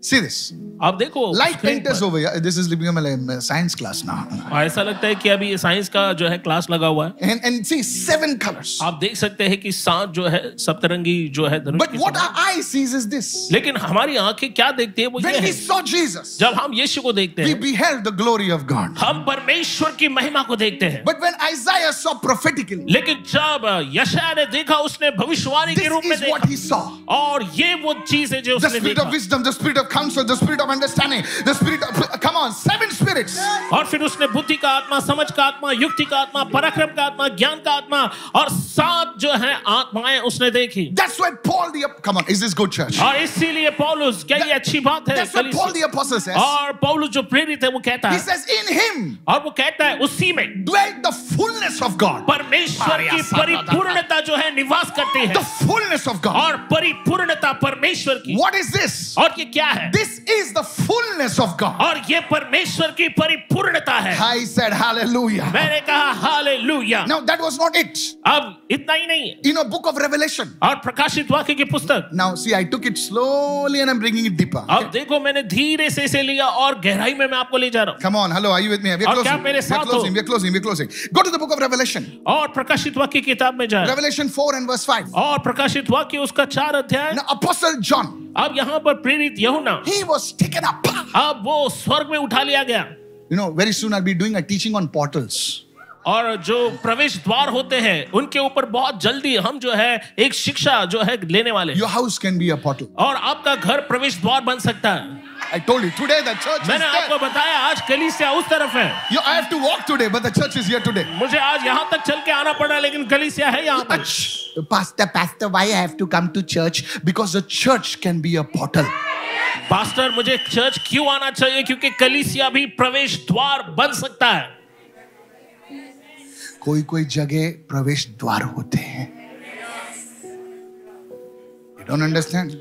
Speaker 1: See this.
Speaker 2: आप देखो
Speaker 1: Light
Speaker 2: screen
Speaker 1: painters
Speaker 2: पर।
Speaker 1: over here. This is becoming a um, science class now.
Speaker 2: और ऐसा लगता है कि अभी ये साइंस का जो है क्लास लगा हुआ है
Speaker 1: And, and see, seven colors.
Speaker 2: आप देख सकते हैं कि सात जो है सप्तरंगी जो है धनुष
Speaker 1: But
Speaker 2: के
Speaker 1: what
Speaker 2: समान।
Speaker 1: our eye sees is this.
Speaker 2: लेकिन हमारी आंखें क्या देखती है वो ये
Speaker 1: When we
Speaker 2: है
Speaker 1: saw Jesus,
Speaker 2: जब हम यीशु को देखते
Speaker 1: we
Speaker 2: हैं
Speaker 1: beheld the glory of God.
Speaker 2: हम परमेश्वर की महिमा को देखते हैं
Speaker 1: But when Isaiah saw prophetically,
Speaker 2: लेकिन जब यशया ने देखा उसने भविष्यवाणी के
Speaker 1: this
Speaker 2: रूप में
Speaker 1: is what
Speaker 2: देखा
Speaker 1: he saw.
Speaker 2: और ये वो चीज है जो
Speaker 1: The
Speaker 2: उसने
Speaker 1: spirit
Speaker 2: देखा
Speaker 1: of wisdom, the spirit of counsel, the spirit of understanding, the spirit of. Come on, seven spirits.
Speaker 2: और फिर उसने बुद्धि का आत्मा समझ का आत्मा युक्ति का आत्मा पराक्रम का आत्मा ज्ञान का आत्मा और सात जो है आत्माएं उसने देखी
Speaker 1: That's why Paul the. Come on, is this good church?
Speaker 2: और इसीलिए पौलुस क्या ये अच्छी बात है
Speaker 1: That's what
Speaker 2: कलीसिया-
Speaker 1: Paul the apostle says.
Speaker 2: और पौलुस जो प्रेरित है वो कहता
Speaker 1: He
Speaker 2: है
Speaker 1: says, In him
Speaker 2: और वो कहता है उसी में
Speaker 1: dwelt the fullness of God.
Speaker 2: Ah. परमेश्वर की परिपूर्णता जो है निवास करती
Speaker 1: The
Speaker 2: है
Speaker 1: fullness of God.
Speaker 2: और परिपूर्णता परमेश्वर की
Speaker 1: What is this?
Speaker 2: और ये क्या है
Speaker 1: This is the fullness of God.
Speaker 2: और ये परमेश्वर की परिपूर्णता है
Speaker 1: I said, Hallelujah.
Speaker 2: मैंने कहा hallelujah
Speaker 1: Now, that was not it.
Speaker 2: अब इतना ही नहीं है
Speaker 1: You know, book of Revelation.
Speaker 2: और प्रकाशित वाक्य की पुस्तक
Speaker 1: Now, see, I took it slowly and I'm bringing it deeper.
Speaker 2: अब देखो मैंने धीरे से इसे लिया और गहराई में मैं आपको ले जा रहा हूँ
Speaker 1: Come on, hello, are you with me? We're
Speaker 2: और क्या
Speaker 1: closing.
Speaker 2: आप मेरे
Speaker 1: We're
Speaker 2: साथ हो?
Speaker 1: closing, we're closing, we're closing. Go to the book of Revelation.
Speaker 2: और प्रकाशित वाक्य की किताब में जा रहा हूँ
Speaker 1: Revelation 4 and verse 5.
Speaker 2: और प्रकाशित वाक्य उसका चार अध्याय
Speaker 1: Now, Apostle John,
Speaker 2: अब यहाँ पर प्रेरित यहुना
Speaker 1: he was taken up.
Speaker 2: अब वो स्वर्ग में उठा लिया गया
Speaker 1: You know, very soon I'll be doing a teaching on portals.
Speaker 2: और जो प्रवेश द्वार होते हैं उनके ऊपर बहुत जल्दी हम जो है एक शिक्षा जो है लेने वाले हैं।
Speaker 1: Your house can be a portal.
Speaker 2: और आपका घर प्रवेश द्वार बन सकता है
Speaker 1: I told you, today the church is
Speaker 2: मैंने
Speaker 1: there.
Speaker 2: आपको बताया आज कलीसिया उस तरफ है
Speaker 1: You, I have to walk today, but the church is here today.
Speaker 2: मुझे आज यहाँ तक चल के आना पड़ा लेकिन कलीसिया है यहाँ पर
Speaker 1: Pastor, Pastor, why I have to come to church? Because the church can be a portal.
Speaker 2: Pastor मुझे चर्च क्यों आना चाहिए क्योंकि कलीसिया भी प्रवेश द्वार बन सकता है
Speaker 1: कोई कोई जगह प्रवेश द्वार होते हैं You don't understand?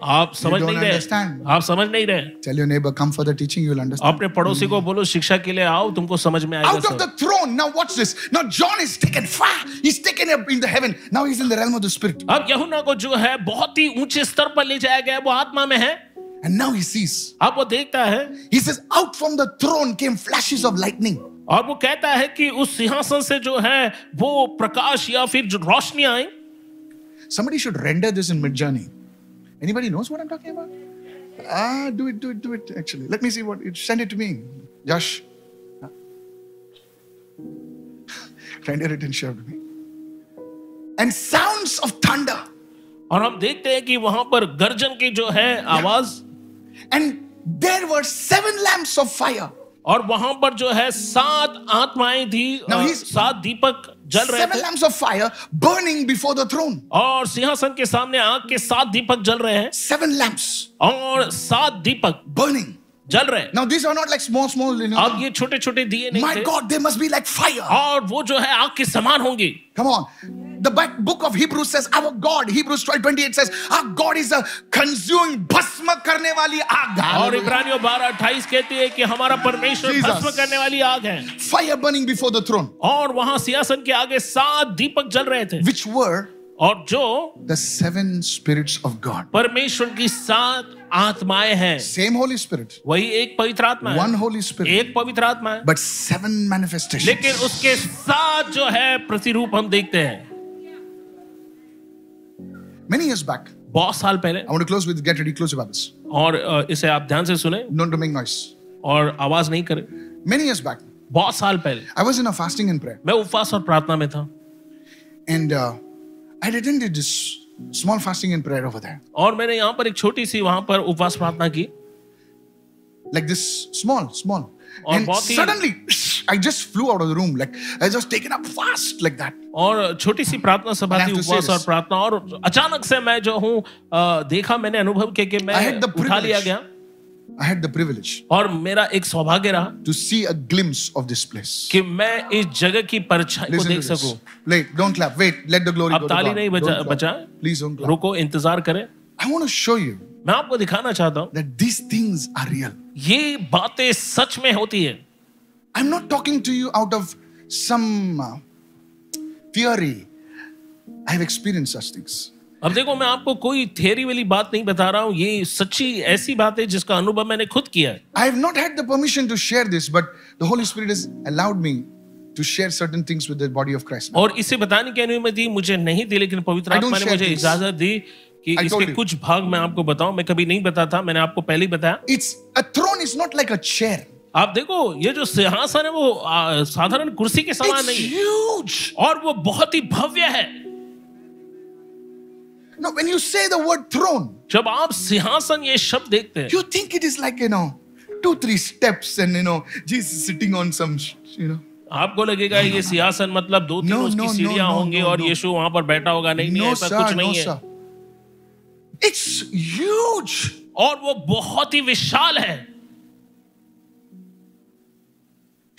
Speaker 2: आप समझ
Speaker 1: don't
Speaker 2: नहीं रहे
Speaker 1: understand.
Speaker 2: आप समझ नहीं रहे
Speaker 1: Tell your neighbor, come for the teaching, you'll understand.
Speaker 2: अपने पड़ोसी को बोलो शिक्षा के लिए आओ तुमको समझ में आएगा
Speaker 1: Out of the
Speaker 2: सब।
Speaker 1: throne. Now watch this. Now John is taken far. He's taken up in the heaven. Now he's in the realm of the spirit.
Speaker 2: अब यहुना को जो है बहुत ही ऊंचे स्तर पर ले जाया गया है, वो आत्मा में है
Speaker 1: And now he sees.
Speaker 2: अब वो देखता है
Speaker 1: He says, out from the throne came flashes of lightning.
Speaker 2: और वो कहता है कि उस सिंहासन से जो है वो प्रकाश या फिर जो रोशनी आई
Speaker 1: Somebody should render this in mid journey. Anybody knows what I'm talking about? Ah, do it, do it, do it. Actually, let me see what it. Send it to me, Josh. Huh? Render it and share it with me. And sounds of thunder
Speaker 2: और हम देखते हैं कि वहां पर गर्जन की जो है आवाज
Speaker 1: And there were seven lamps of fire.
Speaker 2: और वहां पर जो है सात आत्माएं थी
Speaker 1: Now
Speaker 2: और
Speaker 1: he's-
Speaker 2: सात दीपक जल रहे
Speaker 1: Seven
Speaker 2: थे
Speaker 1: lamps of fire burning before the throne.
Speaker 2: और सिंहासन के सामने आग के सात दीपक जल रहे हैं
Speaker 1: Seven lamps
Speaker 2: और सात दीपक
Speaker 1: burning.
Speaker 2: जल रहे हैं
Speaker 1: Now these are not like small, small, you know.
Speaker 2: अब ये छोटे छोटे दिए
Speaker 1: My
Speaker 2: नहीं थे
Speaker 1: God, they must be like fire.
Speaker 2: और वो जो है आग के समान होंगी
Speaker 1: Come on. The back book of Hebrews says, Our God, Hebrews 12 28 says, Our God is a consuming, भस्म करने वाली आग.
Speaker 2: और
Speaker 1: Hallelujah.
Speaker 2: इब्रानियों बारह अट्ठाईस कहती है कि हमारा परमेश्वर
Speaker 1: Jesus.
Speaker 2: भस्म करने वाली आग है
Speaker 1: Fire burning before the throne,
Speaker 2: और वहां सिंहासन के आगे सात दीपक जल रहे थे
Speaker 1: which were
Speaker 2: और जो
Speaker 1: the seven spirits of God.
Speaker 2: परमेश्वर की सात आत्माएं हैं
Speaker 1: Same Holy Spirit,
Speaker 2: वही एक पवित्र आत्मा
Speaker 1: one
Speaker 2: है
Speaker 1: Holy Spirit,
Speaker 2: एक पवित्र आत्मा है
Speaker 1: but seven
Speaker 2: लेकिन
Speaker 1: manifestations.
Speaker 2: उसके साथ जो है प्रतिरूप हम देखते हैं
Speaker 1: Many years back,
Speaker 2: बहुत साल पहले
Speaker 1: I want to close with get ready, close your Bibles.
Speaker 2: और अ, इसे आप ध्यान से सुने
Speaker 1: Don't to make noise.
Speaker 2: और आवाज नहीं करें
Speaker 1: Many years back,
Speaker 2: बहुत साल पहले
Speaker 1: I was in a fasting and prayer,
Speaker 2: मैं उपवास और प्रार्थना में था
Speaker 1: and uh, I attended this small fasting and prayer over there.
Speaker 2: और मैंने यहाँ पर एक छोटी सी वहां पर उपवास प्रार्थना की
Speaker 1: Like this, small, small.
Speaker 2: और
Speaker 1: And
Speaker 2: बहुत ही-
Speaker 1: suddenly, I just flew out of the room. Like I was just taken up fast, like that.
Speaker 2: और छोटी सी प्रार्थना सभा
Speaker 1: I have
Speaker 2: थी
Speaker 1: to say
Speaker 2: उपवास और
Speaker 1: this.
Speaker 2: प्रार्थना और अचानक से मैं जो हूँ अ, देखा मैंने अनुभव किया कि
Speaker 1: I had
Speaker 2: मैं
Speaker 1: the
Speaker 2: उठा लिया
Speaker 1: privilege.
Speaker 2: गया
Speaker 1: I had the privilege
Speaker 2: और मेरा एक सौभाग्य रहा
Speaker 1: to see a glimpse of this place.
Speaker 2: कि मैं इस जगह की परछाई को
Speaker 1: Listen
Speaker 2: देख
Speaker 1: to
Speaker 2: सकूं
Speaker 1: this. Wait, don't clap. Wait, let the glory
Speaker 2: अब
Speaker 1: go to
Speaker 2: ताली
Speaker 1: God.
Speaker 2: नहीं बजा-
Speaker 1: Don't clap.
Speaker 2: बजाएं।
Speaker 1: Please don't clap.
Speaker 2: रुको इंतजार करें
Speaker 1: I want to show you
Speaker 2: मैं आपको दिखाना चाहता हूं
Speaker 1: that these things are real.
Speaker 2: ये बातें सच में होती है
Speaker 1: I'm not talking to you out of some uh, theory. I have experienced such things.
Speaker 2: अब देखो मैं आपको कोई थेरी वाली बात नहीं बता रहा हूँ ये सच्ची ऐसी बात है जिसका अनुभव मैंने खुद किया है
Speaker 1: I have not had the permission to share this, but the Holy Spirit has allowed me to share certain things with the body of Christ.
Speaker 2: और इसे बताने की अनुमति मुझे नहीं दी लेकिन पवित्र
Speaker 1: I don't
Speaker 2: आत्मा ने
Speaker 1: share
Speaker 2: मुझे
Speaker 1: things.
Speaker 2: इजाजत दी कि
Speaker 1: I told
Speaker 2: इसके
Speaker 1: you.
Speaker 2: कुछ भाग मैं आपको बताऊं मैं कभी नहीं बताता मैंने आपको पहले ही बताया
Speaker 1: It's a throne is not like a chair.
Speaker 2: आप देखो ये जो सिंहासन है वो आ, साधारण कुर्सी के समान
Speaker 1: It's
Speaker 2: नहीं है
Speaker 1: huge.
Speaker 2: और वो बहुत ही भव्य है
Speaker 1: No, when you say the word throne,
Speaker 2: जब आप सिंहासन ये शब्द देखते हैं
Speaker 1: you think it is like you know, two three steps, and you know Jesus sitting on some, sh- you know.
Speaker 2: आपको लगेगा ये सिंहासन मतलब दो तीन
Speaker 1: No,
Speaker 2: उसकी
Speaker 1: no, no,
Speaker 2: सीढ़ियां
Speaker 1: no,
Speaker 2: होंगी
Speaker 1: no,
Speaker 2: और
Speaker 1: no.
Speaker 2: यीशु वहां पर बैठा होगा नहीं नहीं
Speaker 1: no
Speaker 2: ऐसा
Speaker 1: sir,
Speaker 2: कुछ
Speaker 1: no
Speaker 2: नहीं
Speaker 1: sir.
Speaker 2: है
Speaker 1: It's huge.
Speaker 2: और वो बहुत ही विशाल है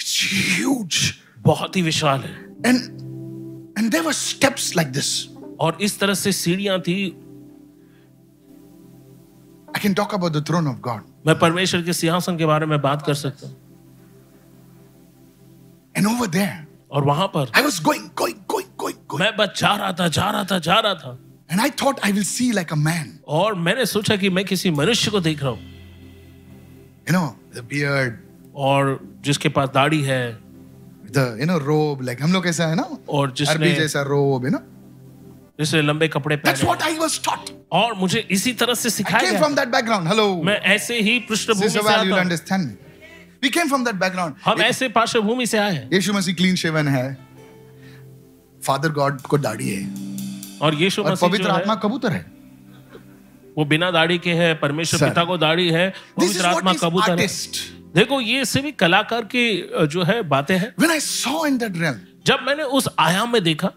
Speaker 1: It's huge.
Speaker 2: बहुत ही विशाल है
Speaker 1: And and there were steps like this.
Speaker 2: और इस तरह से सीढ़ियां थी
Speaker 1: I can talk about the throne of God.
Speaker 2: मैं परमेश्वर के सिंहासन के बारे में बात कर सकता हूँ
Speaker 1: And over there,
Speaker 2: और वहां पर
Speaker 1: I was going, going, going, going, going.
Speaker 2: मैं बस जा रहा था जा रहा था जा रहा था
Speaker 1: And I thought I will see like a man.
Speaker 2: और मैंने सोचा कि मैं किसी मनुष्य को देख रहा हूँ
Speaker 1: You know, the beard,
Speaker 2: और जिसके पास दाढ़ी है
Speaker 1: the you know, robe, like हम लोग ऐसा है ना?
Speaker 2: और
Speaker 1: अरबी
Speaker 2: जिसने
Speaker 1: जैसा robe, you know?
Speaker 2: जिसने लंबे कपड़े
Speaker 1: That's
Speaker 2: पहने
Speaker 1: what I was taught.
Speaker 2: और मुझे इसी तरह से
Speaker 1: I
Speaker 2: सिखाया
Speaker 1: came
Speaker 2: गया
Speaker 1: from that background. Hello.
Speaker 2: मैं ऐसे ही पृष्ठभूमि से
Speaker 1: Sister Val,
Speaker 2: आता
Speaker 1: you'll
Speaker 2: हूँ।
Speaker 1: understand me. We came from that background.
Speaker 2: हम ऐसे पार्श्वभूमि से आए हैं
Speaker 1: यीशु मसीह क्लीन शेवन है फादर गॉड को दाढ़ी है
Speaker 2: और यीशु
Speaker 1: और
Speaker 2: मसीह
Speaker 1: पवित्र
Speaker 2: जो
Speaker 1: आत्मा
Speaker 2: है
Speaker 1: कबूतर है
Speaker 2: वो बिना दाढ़ी के है परमेश्वर
Speaker 1: Sir.
Speaker 2: पिता को दाढ़ी है
Speaker 1: This is
Speaker 2: पवित्र
Speaker 1: what
Speaker 2: आत्मा
Speaker 1: is
Speaker 2: कबूतर है
Speaker 1: artist.
Speaker 2: देखो ये सभी कलाकार की अ, जो है बातें हैं
Speaker 1: When I saw in that realm,
Speaker 2: जब मैंने उस आयाम में देखा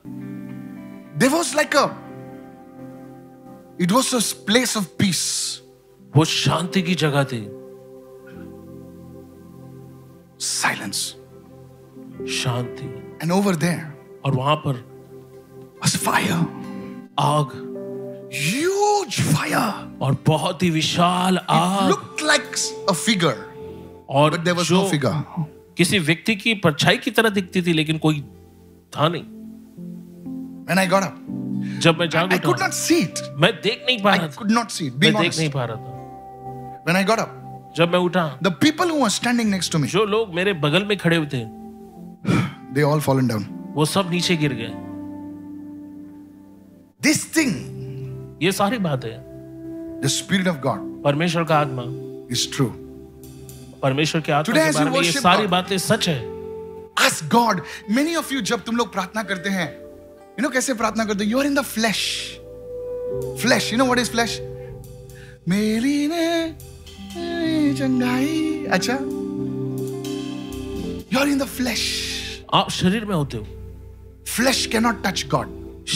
Speaker 1: there was like a it was a place of peace,
Speaker 2: वो शांति की जगह थी
Speaker 1: silence.
Speaker 2: Shanti
Speaker 1: And over there
Speaker 2: और वहां पर
Speaker 1: was fire.
Speaker 2: आग
Speaker 1: Huge fire.
Speaker 2: और बहुत ही विशाल आग
Speaker 1: Looked like a figure,
Speaker 2: और
Speaker 1: but there was
Speaker 2: जो
Speaker 1: no figure.
Speaker 2: किसी व्यक्ति की परछाई की तरह दिखती थी लेकिन कोई था नहीं
Speaker 1: When I got up,
Speaker 2: जब मैं जाग
Speaker 1: I could
Speaker 2: उठा
Speaker 1: not see it.
Speaker 2: मैं देख नहीं पा
Speaker 1: I
Speaker 2: रहा था
Speaker 1: could not see it.
Speaker 2: मैं
Speaker 1: Being
Speaker 2: देख
Speaker 1: honest.
Speaker 2: नहीं पा रहा था
Speaker 1: When I got up,
Speaker 2: जब मैं उठा
Speaker 1: the people who were standing next to me,
Speaker 2: जो लोग मेरे बगल में खड़े हुए थे
Speaker 1: they all fallen down.
Speaker 2: वो सब नीचे गिर गए
Speaker 1: This thing,
Speaker 2: ये सारी बात है
Speaker 1: the Spirit of God,
Speaker 2: परमेश्वर का आत्मा
Speaker 1: is true.
Speaker 2: परमेश्वर के आत्मा
Speaker 1: Today
Speaker 2: के
Speaker 1: as you
Speaker 2: बारे में ये
Speaker 1: worship
Speaker 2: सारी
Speaker 1: God-
Speaker 2: बातें सच है
Speaker 1: Ask God. Many of you, जब तुम लोग प्रार्थना करते हैं, you know कैसे प्रार्थना करते हो? You are in the flesh. Flesh. You know what is flesh? मेरी ने मेरी चंगाई. अच्छा. You are in the flesh.
Speaker 2: आप शरीर में होते हो
Speaker 1: Flesh cannot touch God.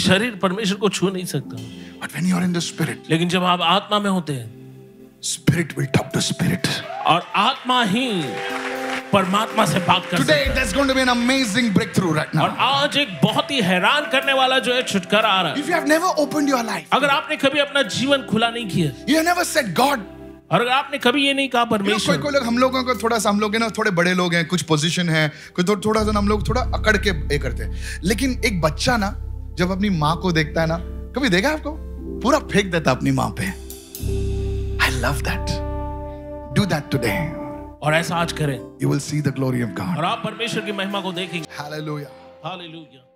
Speaker 2: शरीर परमेश्वर को छू नहीं सकता
Speaker 1: But when you are in the Spirit,
Speaker 2: लेकिन जब आप आत्मा में होते हैं
Speaker 1: Spirit will talk to Spirit.
Speaker 2: और आत्मा ही परमात्मा से बात कर सकता
Speaker 1: Today, there's going to be an amazing breakthrough right
Speaker 2: है। और
Speaker 1: now.
Speaker 2: आज एक बहुत ही हैरान करने वाला जो है छुटकारा आ रहा है
Speaker 1: If you have never opened your life,
Speaker 2: अगर आपने कभी अपना जीवन खुला नहीं किया
Speaker 1: you have never said, God,
Speaker 2: और अगर आपने कभी ये नहीं कहा
Speaker 1: You know, कोई
Speaker 2: परमेश्वर
Speaker 1: कोई लोग हम लोगों को थोड़ा सा हम लोग है ना थोड़े बड़े लोग हैं कुछ पोजीशन है कोई थो, थोड़ा सा ना हम लोग थोड़ा अकड़ के ये करते हैं लेकिन एक बच्चा ना जब अपनी माँ को देखता है ना कभी देखा है आपको पूरा फेंक देता है अपनी माँ पे I love that do that today
Speaker 2: और ऐसा आज करें
Speaker 1: you will see the glory of God
Speaker 2: और आप परमेश्वर की महिमा को देखेंगे
Speaker 1: हालेलुया
Speaker 2: हालेलुया